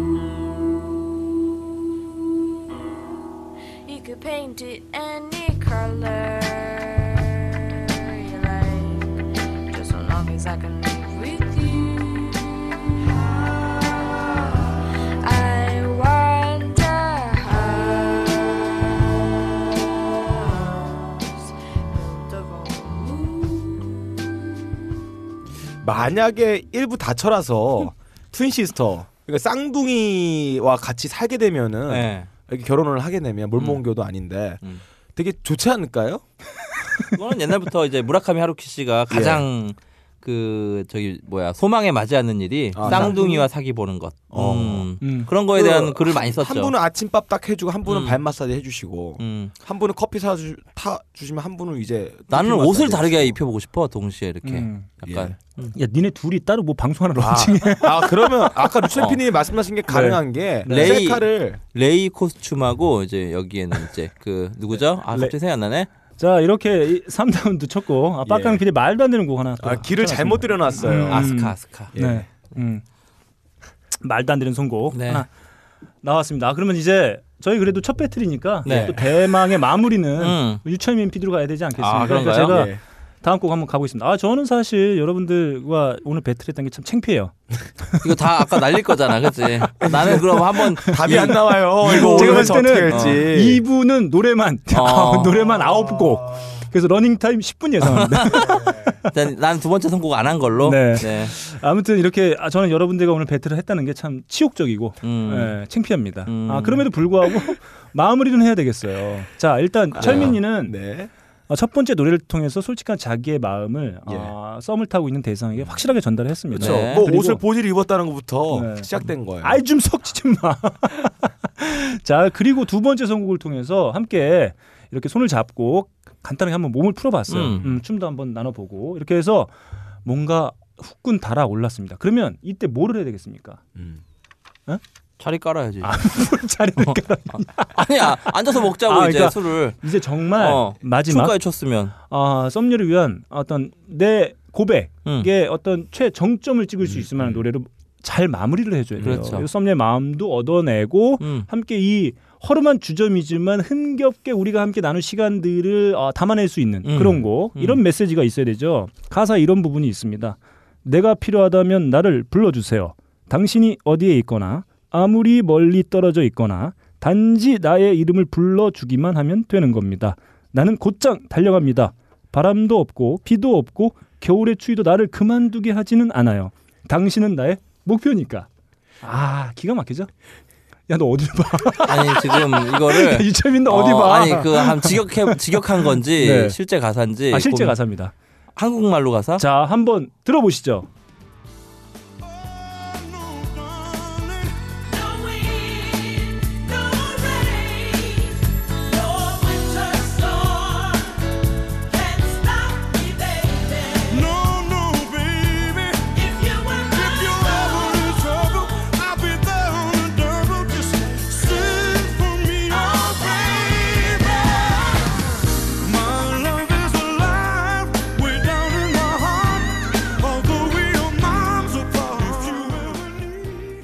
G: wood. You could paint it any color you like, just so long as I can live with you. I want a house built of wood.
C: 만약에
B: (laughs)
C: 일부 다쳐라서 트윈 시스터 그러니까 쌍둥이와 같이 살게 되면은
B: 네.
C: 이렇게 결혼을 하게 되면 몰몬교도 아닌데
B: 음.
C: 되게 좋지 않을까요?
B: 그거는 옛날부터 이제 무라카미 하루키 씨가 가장 그 저기 뭐야 소망에 맞지 않는 일이
C: 아,
B: 쌍둥이와 사기 보는 것
C: 어.
B: 네. 음.
A: 음.
B: 그런 거에
C: 그
B: 대한 글을 많이 썼죠.
C: 한 분은 아침밥 딱 해주고 한 분은
B: 음.
C: 발 마사지 해주시고
B: 음.
C: 한 분은 커피 사주 타 주시면 한 분은 이제
B: 나는
C: 커피
B: 옷을
C: 마사지
B: 다르게
C: 해주시고.
B: 입혀보고 싶어 동시에 이렇게
A: 음.
B: 약간
A: 야, 니네 둘이 따로 뭐 방송 하나 런칭해. (laughs)
C: 아 그러면 아까 루치는
B: (laughs) 어.
C: PD님이 말씀하신 게 가능한 게
B: 네. 레이-
C: 셀카를
B: 레이 코스튬하고 이제 여기에는 이제 그 누구죠? 아 갑자기 생각 안 나네.
A: 자, 이렇게 3라운드 쳤고 아, 빡강
C: 예.
A: PD 말도 안 되는 곡 하나 또
C: 아, 길을
A: 찾았습니다.
C: 잘못 들여놨어요.
A: 음.
B: 아스카 아스카.
C: 예.
A: 네. 음. 말도 안 되는 선곡
B: 네.
A: 하나 나왔습니다. 아, 그러면 이제 저희 그래도 첫 배틀이니까
B: 네.
A: 또 대망의 마무리는
B: 음.
A: 유철민 PD로 가야 되지 않겠습니까? 그러니까
B: 아, 그런가요?
A: 제가
C: 예.
A: 다음 곡 한번 가보겠습니다. 아, 저는 사실 여러분들과 오늘 배틀했던 게 참 창피해요.
B: 이거 다 아까 날릴 거잖아, 그치 나는 그럼 한번
C: 답이 안 나와요.
B: 이거
C: 이거
A: 제가
C: 오늘
A: 봤을
C: 어떻게
A: 때는
C: 할지.
A: 뭐 이분은 노래만 (laughs)
B: 어.
A: 노래만 아홉 곡. 그래서 러닝 타임 10분 예상합니다.
B: 난 두 번째 선곡 안 한 걸로.
A: 네. 아무튼 이렇게 아, 저는 여러분들과 오늘 배틀을 했다는 게 참 치욕적이고
B: 음.
A: 예, 창피합니다.
B: 음.
A: 아, 그럼에도 불구하고 (laughs) 마무리는 해야 되겠어요. 자, 일단
B: 아.
A: 철민이는
C: 네.
A: 어, 첫 번째 노래를 통해서 솔직한 자기의 마음을
C: 예. 음.
A: 아, 썸을 타고 있는 대상에게 확실하게 전달했습니다.
B: 그쵸. 네.
C: 뭐
A: 그리고-
C: 옷을 보질 입었다는 것부터
A: 네.
C: 시작된 거예요.
A: 아이 좀 섞지 좀 마. (laughs) 자 그리고 두 번째 선곡을 통해서 함께 이렇게 손을 잡고 간단하게 한번 몸을 풀어봤어요.
B: 음.
A: 음, 춤도 한번 나눠보고 이렇게 해서 뭔가 후끈 달아올랐습니다. 그러면 이때 뭐를 해야 되겠습니까?
C: 음.
B: 자리 깔아야지. (laughs)
A: 자리를 깔아.
B: 아니야 앉아서 먹자고
A: 아,
B: 이제
A: 그러니까
B: 술을
A: 어, 이제 정말
B: 어,
A: 마지막
B: 술까지 쳤으면
A: 아, 썸녀를 위한 어떤 내 고백의
B: 음.
A: 어떤 최정점을 찍을 수 있을 만한 노래로 잘 마무리를 해줘야 돼요.
B: 그렇죠.
A: 그래서 썸녀의 마음도 얻어내고
B: 음.
A: 함께 이 허름한 주점이지만 흥겹게 우리가 함께 나눌 시간들을 어, 담아낼 수 있는
B: 음.
A: 그런 곡
B: 음.
A: 이런 메시지가 있어야 되죠. 가사 이런 부분이 있습니다. 내가 필요하다면 나를 불러주세요. 당신이 어디에 있거나 아무리 멀리 떨어져 있거나 단지 나의 이름을 불러주기만 하면 되는 겁니다. 나는 곧장 달려갑니다. 바람도 없고 비도 없고 겨울의 추위도 나를 그만두게 하지는 않아요. 당신은 나의 목표니까. 아 기가 막히죠? 야 너 어디 봐?
B: 아니 지금
A: (laughs)
B: 이거를
A: 유채민 너 어디
B: 어,
A: 봐?
B: 아니 그한 직역해 직역한 건지
A: 네.
B: 실제 가사인지
A: 아, 실제
B: 고민-
A: 가사입니다.
B: 한국말로 가사?
A: 자 한번 들어보시죠.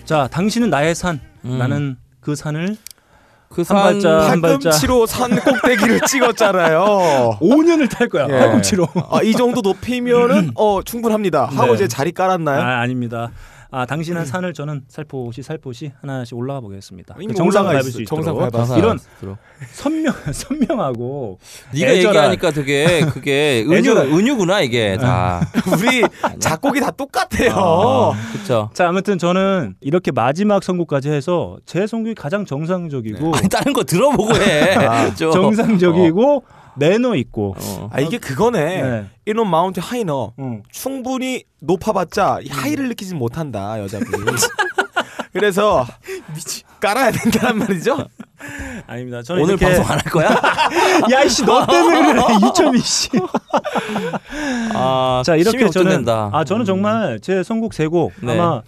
A: 자 당신은 나의 산.
B: 음.
A: 나는 그 산을
B: 그산
A: 한 발짝 한 발짝
C: 팔꿈치로 산 (laughs) 꼭대기를 찍었잖아요.
A: 5년을 탈 거야.
C: 예.
A: 팔꿈치로. 음.
C: 아, 이 정도 높이면은 어 충분합니다. 하고
A: 네.
C: 이제 자리 깔았나요?
A: 아 아닙니다. 아 당신의 산을 저는 살포시 살포시 하나씩 올라가 보겠습니다. 그
C: 이미
A: 정상을
C: 올라가
A: 밟을
C: 있어.
A: 수 있도록
C: 정상 밟았어.
B: 가사
A: 이런
B: 알았어.
A: 선명 (laughs) 선명하고
B: 네가
A: 애절한-
B: 얘기하니까 되게
A: (laughs)
B: 그게 은유
A: 애절한-
B: 은유구나
A: (laughs)
B: 이게 다.
C: 우리 작곡이 다 똑같아요.
B: 어, 그렇죠.
A: 자 아무튼 저는 이렇게 마지막 선곡까지 해서 제 선곡이 가장 정상적이고
B: 네. 아니 다른 거 들어보고 해. (laughs) 좀.
A: 아, 정상적이고 매너 있고
B: 어.
C: 아 이게 그거네.
A: 네. 음.
C: 이런 마운트 하이너
A: 응.
C: 충분히 높아봤자
A: 음.
C: 이 하이를 느끼지 못한다 여자분이. (laughs) 그래서 깔아야 된다는 말이죠.
A: 아닙니다. 저는
B: 어. 오늘
A: 이렇게
B: 방송 안 할
A: (laughs)
B: 거야?
A: 야이씨 너 때문에 (laughs) 그래 이철민 씨.
B: 아,
A: 자 이렇게
B: 심히
A: 저는
B: 걱정된다.
A: 아 저는 정말 제 선곡 세곡
B: 네.
A: 아마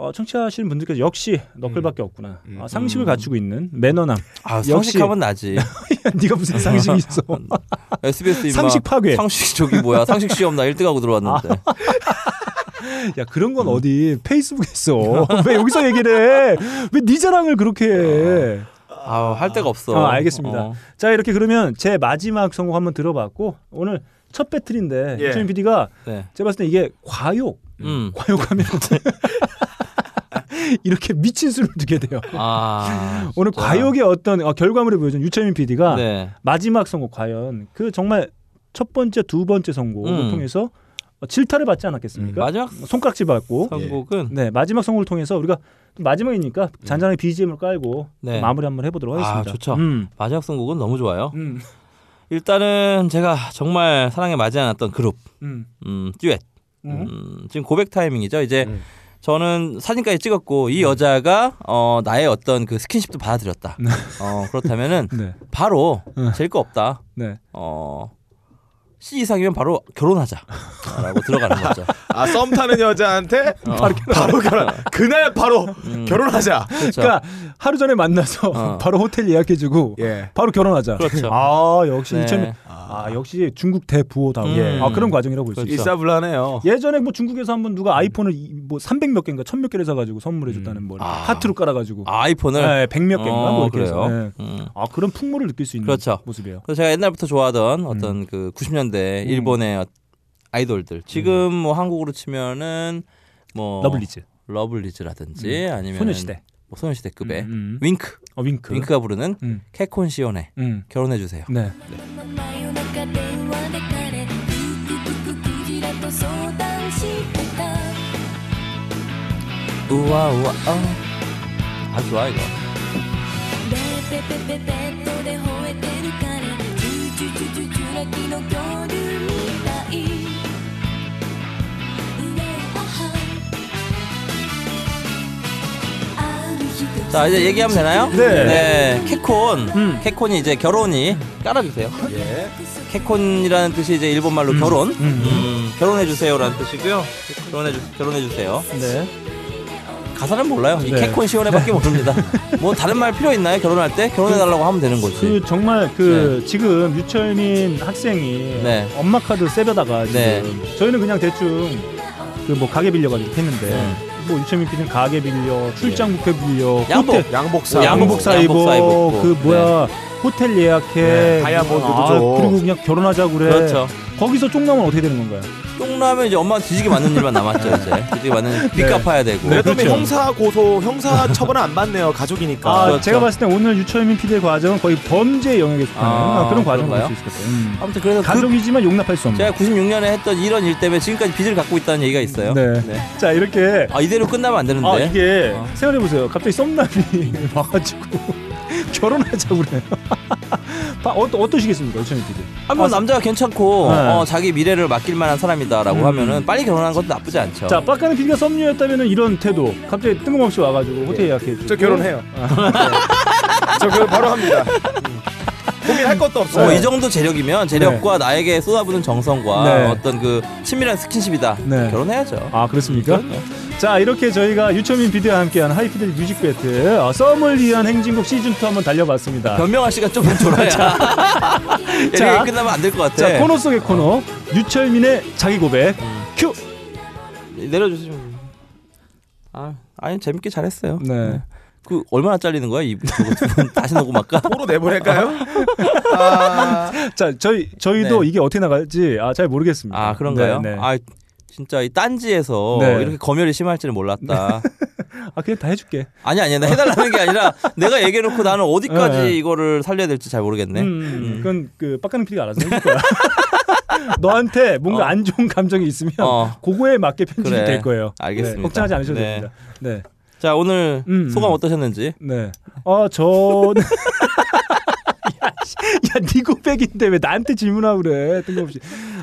A: 어, 청취하시는 분들께서 역시 너클밖에 없구나 아, 상식을 갖추고 있는 (laughs) 매너남. 아.
B: 아,
A: 역시-
B: 상식하면 나지.
A: 야, 네가 무슨 상식이 있어?
B: SBS 인마
A: 상식 파괴. 아.
B: 상식 저기 뭐야? 상식 시험 나 1등하고 들어왔는데.
A: (laughs) 야 그런 건 어디 페이스북에 (laughs) 있어? 왜 여기서 얘기를 해? 왜 네 자랑을 그렇게 해?
B: 아, 할 데가 없어.
A: 아, 알겠습니다.
B: 어.
A: 자 이렇게 그러면 제 마지막 선곡 한번 들어봤고 오늘 첫 배틀인데
C: 예.
A: 이철민 PD가
B: 네.
A: 제가 봤을 때 이게 과욕
B: 음.
A: 과욕하면 (laughs) 이렇게 미친 수를 두게 돼요.
B: 아.
A: 오늘
B: 진짜.
A: 과욕의 어떤 어, 결과물을 보여준 유채민 PD가
B: 네.
A: 마지막 선곡 과연 그 정말 첫 번째 두 번째 선곡을
B: 음.
A: 통해서 어, 질타를 받지 않았겠습니까? 뭐
B: 마지막
A: 손깍지 받고
B: 선곡은
A: 네 마지막 성공을 통해서 우리가 좀 마지막이니까 잔잔하게 BGM을 깔고
B: 음. 네.
A: 마무리 한번 해보도록
B: 아,
A: 하겠습니다.
B: 좋죠.
A: 음,
B: 마지막 선곡은 너무 좋아요.
A: 음,
B: 일단은 제가 정말 사랑에 맞지 않았던 그룹
A: 음,
B: 음, 듀엣.
A: 음.
B: 음, 지금 고백 타이밍이죠. 이제 저는 사진까지 찍었고
A: 음.
B: 이 여자가 어, 나의 어떤 그 스킨십도 받아들였다. 어, 그렇다면은
A: 네,
B: 바로 될 거 없다.
A: 네.
B: 어, C 이상이면 바로 결혼하자라고 들어가는
A: (laughs)
B: 거죠.
C: 아 썸 타는 여자한테
B: 어.
A: 어.
C: 바로, 바로 결혼. 그날 바로 결혼하자.
B: 그렇죠.
A: 그러니까 하루 전에 만나서 (laughs)
B: 어.
A: 바로 호텔 예약해주고
C: 예.
A: 바로 결혼하자.
B: 그렇죠.
A: 아 역시
B: 네.
A: 2000년 아 역시 중국 대부호다운
B: 예.
A: 아 그런 과정이라고 볼 수 있어요.
C: 일사불란해요.
A: 예전에 뭐 중국에서 한번 누가 아이폰을 뭐300 몇 개인가 1000몇 개를 사가지고 선물해 줬다는 뭐
B: 아.
A: 하트로 깔아가지고
B: 아, 아이폰을
A: 네, 100몇 개인가 뭐
B: 어,
A: 이렇게 해서
B: 그래요.
A: 네.
B: 음.
A: 아 그런 풍모를 느낄 수 있는
B: 그렇죠.
A: 모습이에요.
B: 그래서 제가 옛날부터
A: 음.
B: 좋아하던 어떤 그 90년대 일본의 어, 아이돌들 지금 뭐 한국으로 치면은 뭐
A: 음. 러블리즈, 음.
B: 러블리즈라든지 아니면
A: 소녀시대,
B: 뭐 소녀시대급의
A: 음, 음.
B: 윙크
A: 어, 윙크,
B: 윙크가 부르는
A: 음.
B: 캐콘 시온의
A: 음.
B: 결혼해 주세요.
A: 네.
G: 真夜中電話で彼クククククジラと相談してた
B: 우와 우와 아 좋아 이거.
G: ベペペペペットで吠えてる彼チュチュチュチュチュラキの恐竜みたいウェアハある日突然
B: 자 이제 얘기하면 되나요?
A: 네.
B: 캐콘 캐콘이 이제 결혼이 깔아주세요. 캐콘이라는 뜻이 이제 일본말로 결혼 음, 결혼해 주세요라는 뜻이고요. 결혼해 주 결혼해 주세요.
A: 네.
B: 가사는 몰라요. 이
A: 네.
B: 캐콘 시온에밖에 모릅니다. 뭐 다른 말 필요 있나요? 결혼할 때 결혼해 달라고 하면 되는 거지.
A: 그 정말 그 지금 유철민 학생이
B: 네.
A: 엄마 카드 세배다가 지금
B: 네.
A: 저희는 그냥 대충 그 뭐 가게 빌려가지고 이렇게 했는데
B: 네.
A: 뭐 유철민 PD는 가게 빌려, 출장 뷔페 빌려,
B: 양복.
A: 호텔
C: 양복사.
B: 오, 양복사.
A: 양복사
B: 네.
A: 입어,
B: 양복사 입고.
A: 그 뭐야 호텔 예약해
C: 네, 다이아몬드도
A: 아,
C: 줘.
A: 그리고 그냥 결혼하자고 그래
B: 그렇죠.
A: 거기서 쪽나면 어떻게 되는 건가요?
B: 쫑라면 네. 이제 엄마 뒤지게 맞는 일만 남았죠 이제. 뒤지게 맞는 빚 갚아야 되고.
C: 그래도
A: 그렇죠.
C: 형사 고소, 형사 처벌은 안 받네요. 가족이니까.
A: 아
B: 그렇죠.
A: 제가 봤을 때 오늘 유철민 PD의 과정은 거의 범죄 영역에 속하는
B: 아,
A: 그런 과정을
B: 그런가요?
A: 볼 수 있을 것 같아요 음.
B: 아무튼 그래서 그
A: 가족이지만 용납할 수 없는
B: 제가 96년에 했던 이런 일 때문에 지금까지 빚을 갖고 있다는 얘기가 있어요.
A: 네.
B: 네.
A: 자 이렇게
B: 아 이대로 끝나면 안 되는데.
A: 아 이게 생각해보세요 갑자기 썸남이 (laughs) 와가지고 결혼하자고 그래요 (laughs) 바- 어떠, 어떠시겠습니까 유철민 PD
B: 한번 아, 남자가 괜찮고
A: 아, 네.
B: 어, 자기 미래를 맡길 만한 사람이다라고
A: 음.
B: 하면은 빨리 결혼하는 것도 나쁘지 않죠.
A: 자 빡가는 PD가 썸녀였다면 이런 태도 갑자기 뜬금없이 와가지고 호텔 예약해
C: 저 결혼해요. 네. 음. 저 결혼 바로 합니다. 음. 고민할 것도
B: 어,
C: 없어요.
B: 이 정도 재력이면 재력과 나에게 쏟아부는 정성과
A: 네.
B: 어떤 그 친밀한 스킨십이다.
A: 네.
B: 결혼해야죠.
A: 아 그렇습니까? 자 이렇게 저희가 유철민 PD와 함께한 하이피델 뮤직 배틀 어, 썸을 위한 행진곡 시즌 2 한번 달려봤습니다.
B: 변명할 시간 좀 줘라. 자,
A: 아. 자.
B: (laughs) 이렇게 끝나면 안 될 것 같아.
A: 자 코너 속의 코너 유철민의 자기 고백 큐.
B: 내려주시면. 아, 아니 재밌게 잘했어요.
A: 네.
B: 그 얼마나 잘리는 거야? 이 저거 두분
A: (laughs)
B: 다시 녹음할까?
C: 포로 내보낼까요? 아,
A: 자 저희 저희도
B: 네.
A: 이게 어떻게 나갈지 아, 잘 모르겠습니다.
B: 아 그런가요?
A: 네, 네. 아,
B: 아 진짜 이 딴지에서
A: 네.
B: 이렇게 검열이 심할지는 몰랐다.
A: 아, 그냥 다 해줄게.
B: (laughs) 아니 아니야 나 해달라는 게 아니라 내가 얘기해놓고 나는 어디까지
A: 네, 네.
B: 이거를 살려야 될지 잘 모르겠네.
A: 음, 그건 그 빡가는 PD가 알아서 해줄 거야. (laughs) 너한테 뭔가
B: 어.
A: 안 좋은 감정이 있으면
B: 어.
A: 그거에 맞게 편집이
B: 그래.
A: 될 거예요.
B: 알겠습니다.
A: 네, 걱정하지 않으셔도
B: 네.
A: 됩니다. 네.
B: 자 오늘
A: 음,
B: 소감
A: 음.
B: 어떠셨는지?
A: 네. 어, 저. (laughs) 야, 씨. 야, 니 고백인데 왜 나한테 질문하고 그래. 뜬금없이.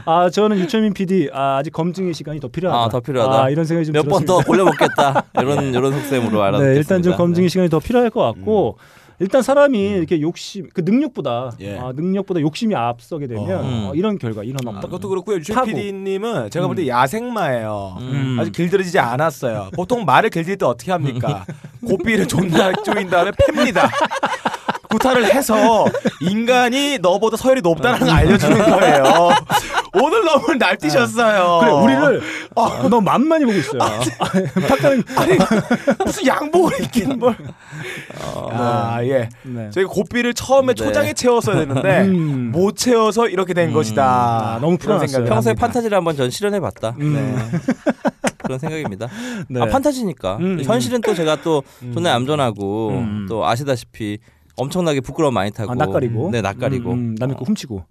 A: 아, 저는 유철민 PD, 아, 아직 검증의 시간이 더 필요하다.
B: 아, 더 필요하다.
A: 아, 이런 생각이 좀
B: 몇 번 더
A: 들었습니다.
B: 골려먹겠다
A: (laughs)
B: 이런 이런 속셈으로 알아.
A: 네, 일단 좀 검증의 시간이 더 필요할 것 같고,
B: 음.
A: 일단 사람이 이렇게 욕심, 그 능력보다,
C: 예.
A: 아, 능력보다 욕심이 앞서게 되면,
B: 음.
A: 어, 이런 결과, 이런 없다.
C: 아, 그것도 그렇고요. 유준
A: 파고. 음.
C: PD님은 제가 볼 때 야생마예요.
B: 음.
C: 아직 길들여지지 않았어요. 보통 말을 길들 때 어떻게 합니까?
A: 음.
C: 고삐를 존나 쪼인 다음에 팹니다. 구타를 해서 인간이 너보다 서열이 높다는
A: 음.
C: 걸 알려주는 거예요. 오늘 너무 날뛰셨어요.
A: 아. 그래, (laughs) 우리를, 어, 너 만만히 보고 있어요.
B: 아,
A: 아, 네. 탁가는,
C: 아니, 무슨 양복을 입긴 뭘. 아, 예.
A: 어. 네.
C: 저희가 고삐를
B: 네.
C: 처음에 초장에 채웠어야 되는데
A: 음.
C: 못 채워서 이렇게 된 것이다.
A: 아, 너무 불안했어요.
B: 네. 평소에 판타지를 한번 전 실현해봤다.
A: 음. (laughs)
B: 그런 생각입니다.
A: 네.
B: 아 판타지니까
A: 음, 음.
B: 현실은 또 제가 또 존나 얌전하고
A: 음.
B: 또 아시다시피 엄청나게 부끄러움 많이 타고
A: 아, 낯가리고.
B: 네 낯가리고
A: 음, 음, 남의 거 훔치고.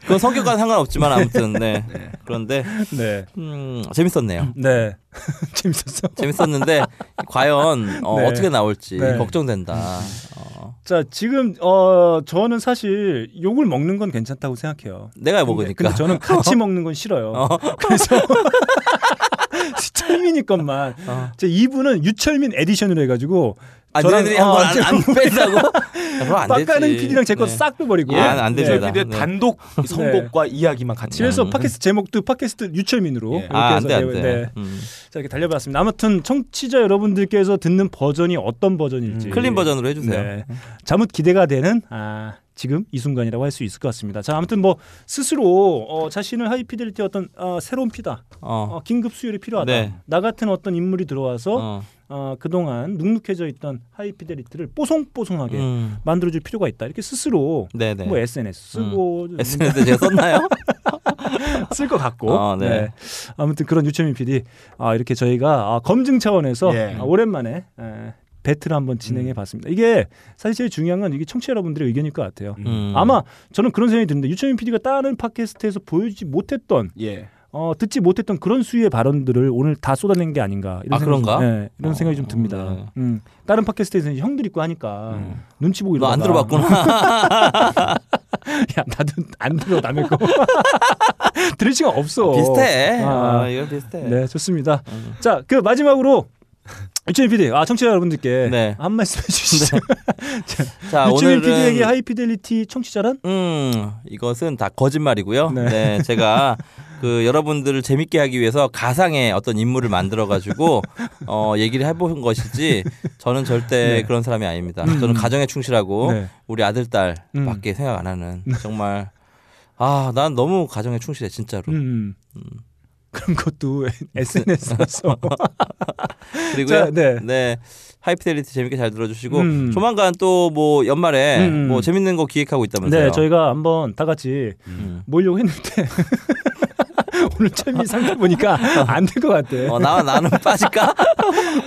B: 그건
A: (laughs)
B: 성격과는 상관없지만 아무튼 네. 그런데
A: 네.
B: 음, 재밌었네요.
A: 네. (laughs) 재밌었어.
B: 재밌었는데
A: (laughs)
B: 과연 어,
A: 네.
B: 떻게 나올지
A: 네.
B: 걱정된다. 어,
A: 자, 지금 어 저는 사실 욕을 먹는 건 괜찮다고 생각해요.
B: 내가
A: 근데,
B: 먹으니까.
A: 근데 저는
B: (laughs)
A: 같이 먹는 건 싫어요. 그래서 (laughs) 철민이 것만.
B: 어.
A: 제 2부는 유철민 에디션으로 해가지고
B: 아,
A: 저랑-
B: 너네들이 한
A: 어,
B: 번 안
A: (laughs)
B: 뺀다고? 아, 그럼 안 되지.
A: 빡가는 PD랑 제
B: 네.
A: 것싹 빼버리고.
B: 예, 안- 안 됩니다.
A: 네.
C: 근데
B: 네.
C: (laughs) 단독 선곡과 이야기만 같이.
A: 그래서
B: 음.
A: 팟캐스트 제목도 팟캐스트 유철민으로
C: 예.
A: 이렇게
B: 아, 안
A: 해서
B: 돼, 안
A: 네,
B: 돼.
A: 네.
B: 음.
A: 자 이렇게 달려봤습니다. 아무튼 청취자 여러분들께서 듣는 버전이 어떤 버전일지
B: 음, 클린 버전으로 해주세요.
A: 음. 네. 잠옷 기대가 되는 아, 지금 이 순간이라고 할 수 있을 것 같습니다. 자 아무튼 뭐 스스로 어, 자신을 하이피델리티 어떤 어, 새로운 피다,
B: 어.
A: 어, 긴급 수혈이 필요하다.
B: 네.
A: 나 같은 어떤 인물이
B: 어.
A: 들어와서 어, 그동안 눅눅해져 있던 하이피델리티를 뽀송뽀송하게
B: 음.
A: 만들어줄 필요가 있다. 이렇게 스스로
B: 네네.
A: 예.
B: 음.
A: 뭐 SNS 쓰고
B: SNS
A: (laughs)
B: 제가 썼나요?
A: 쓸 것 같고.
B: 아, 네.
A: 네. 아무튼 그런 유채민 PD 아, 이렇게 저희가 아, 검증 차원에서
C: 예.
A: 아, 오랜만에 에, 배틀을 한번
B: 음.
A: 진행해 봤습니다. 이게 사실 제일 중요한 건 이게 청취자 여러분들의 의견일 것 같아요.
B: 음.
A: 아마 저는 그런 생각이 드는데 유채민 PD가 다른 팟캐스트에서 보여주지 못했던
C: 예.
A: 어, 듣지 못했던 그런 수위의 발언들을 오늘 다 쏟아낸 게 아닌가 이런
B: 아,
A: 생각이
B: 그런가?
A: 좀, 예, 이런 생각이 좀
B: 어,
A: 듭니다.
B: 네. 음.
A: 음, 다른 팟캐스트에서는 형들 있고 하니까 눈치 보고
B: 너 안
A: 이러다가
B: 들어봤구나.
A: (laughs) 야, 나도 안 들어 남의 거 (laughs) 들을 시간 없어.
B: 비슷해.
A: 아.
B: 아, 이거 비슷해.
A: 네, 좋습니다. 자, 그 마지막으로 유채민 PD, 아 청취자 여러분들께
B: 네.
A: 한 말씀 해주시죠.
B: 자,
A: 유채민 PD에게
B: 오늘은
A: 하이피델리티 청취자란?
B: 음, 이것은 다 거짓말이고요.
A: 네.
B: 네. 제가 그 여러분들을 재밌게 하기 위해서 가상의 어떤 인물을 만들어 가지고 어, 얘기를 해본 것이지 저는 절대 그런 사람이 아닙니다. 저는 가정에 충실하고
A: 음. 네. 음.
B: 우리 아들 딸밖에 생각 안 하는 정말 아, 난 너무 가정에 충실해 진짜로.
A: 음. 그런 것도 (laughs)
B: (laughs)
A: SNS에서
B: 그리고요.
A: 자, 네.
B: 네. 하이피델리티 재밌게 잘 들어주시고
A: 음.
B: 조만간 또 뭐 연말에
A: 음.
B: 뭐 재밌는 거 기획하고 있다면서요.
A: 네, 저희가 한번 다 같이
B: 음.
A: 모이려고 했는데 (laughs) 오늘 채민 상태 보니까 안 될 것 같아.
B: 어, 나와 나는
A: (laughs)
B: 빠질까?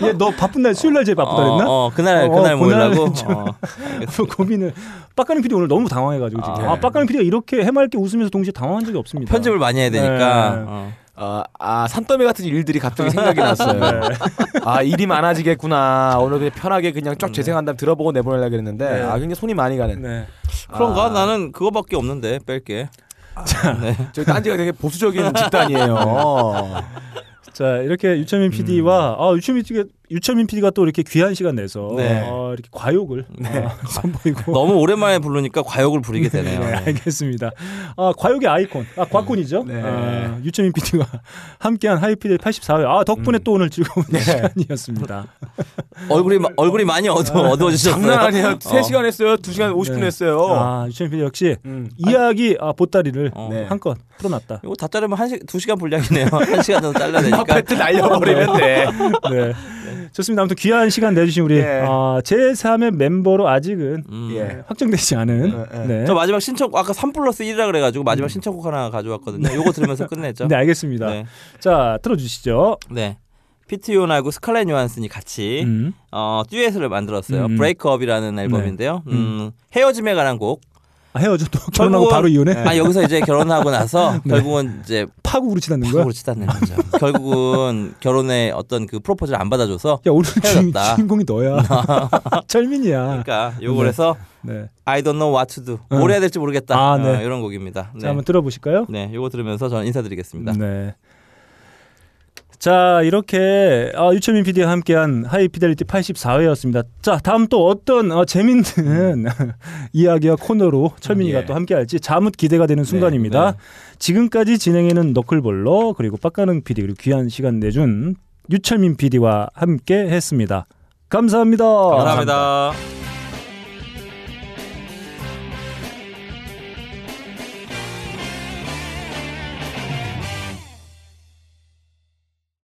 A: 얘 너 바쁜 날 수요일 날 제일 바쁘다
B: 어,
A: 그랬나?
B: 어, 그날
A: 어,
B: 그날
A: 그날은
B: 모이려고.
A: 좀-
B: 어, 알겠습니다.
A: 그 고민을 빡가는 PD 오늘 너무 당황해가지고 지금
B: 아.
A: 아, 빡가는 PD가 이렇게 해맑게 웃으면서 동시에 당황한 적이 없습니다.
B: 편집을 많이 해야 되니까.
A: 네.
B: 어.
C: 어, 아 산더미 같은 일들이 갑자기 생각이 났어요. 아 일이 많아지겠구나. 오늘 그냥 편하게 그냥 쫙 재생한 다음 들어보고 내보내려 그랬는데
A: 네.
C: 아 굉장히 손이 많이 아, 가는.
A: 네.
B: 그런가? 나는 그거밖에 없는데 뺄게. 네.
C: 저희 딴지가 되게 (laughs) 보수적인 집단이에요.
A: 자 이렇게 유철민 PD와
C: 음.
A: 아, 유철민 PD가 유철민 PD가 또 이렇게 귀한 시간 내서
B: 네.
A: 어, 이렇게 과욕을
C: 네.
A: 어, (laughs) 선보이고
B: 너무 오랜만에 부르니까 과욕을 부리게 되네요.
A: 네, 알겠습니다. 아, 과욕의 아이콘, 아, 과콘이죠.
C: 네.
A: 아, 유철민 PD와 (laughs) 함께한 하이피델 84회. 아,
C: 음.
A: 덕분에 또 오늘 즐거운
C: 네.
A: 시간이었습니다.
B: 얼굴이 마- 얼굴이 많이 어두워 어두워지셨어요.
C: 장난 아니에요.
B: 어.
C: 3시간 했어요. 2시간 50분
A: 네.
C: 했어요.
A: 아, 유철민 PD 역시
C: 음.
A: 이야기 아, 보따리를
B: 어.
C: 네.
A: 한껏
C: (laughs)
A: 풀어놨다.
B: 이거 다 자르면 한 시, 두 시간 분량이네요. (laughs) 한 시간 정도 잘라내니까.
C: 팩트 아, 날려버리면 돼.
A: 네. 좋습니다. 아무튼 귀한 시간 내주신 우리
C: 네.
A: 아, 제3의 멤버로 아직은
B: 음.
C: 예.
A: 확정되지 않은
C: 네,
A: 네.
B: 저 마지막 신청 아까 3 플러스 1이라 그래가지고 마지막 신청곡 하나 가져왔거든요. 요거 들으면서 끝내죠.
A: 네, 알겠습니다.
B: 네.
A: 자, 들어주시죠.
B: 네. 피트온하고 스칼렛 요한슨이
C: 예.
B: 같이
A: 음.
B: 어, 듀엣을 만들었어요.
A: 음.
B: 브레이크업이라는 앨범인데요. 음. 헤어짐에 관한 곡.
A: 아, 헤어져도 결혼하고
B: 결국은-
A: 바로 이혼해?
B: 아 여기서 이제 결혼하고 나서
A: 네.
B: 결국은 이제
A: 파국으로 치닫는 거야?
B: 파국으로 치닫는 거죠. 결국은 결혼의 어떤 그 프로포즈를 안 받아줘서
A: 야, 오늘 주,
B: 헤어졌다. 음.
A: 주인공이 너야. (laughs) 철민이야.
B: 그러니까 요걸 해서
A: 네.
B: I don't know what to do. 뭘 해야 될지 모르겠다.
A: 아,
B: 어,
A: 네.
B: 이런 곡입니다.
A: 자,
B: 네.
A: 한번 들어보실까요?
B: 네, 요거 들으면서 저는 인사드리겠습니다.
A: 네. 자, 이렇게 아, 유채민 PD와 함께한 하이피델리티 84회였습니다. 자, 다음 또 어떤 어, 재밌는 (laughs) 이야기와 코너로 철민이가
C: 예.
A: 또 함께할지 자뭇 기대가 되는
B: 네,
A: 순간입니다. 지금까지 진행해는 너클볼러 그리고 빡가능 PD 그리고 귀한 시간 내준 유철민 PD와 함께 했습니다. 감사합니다.
B: 감사합니다.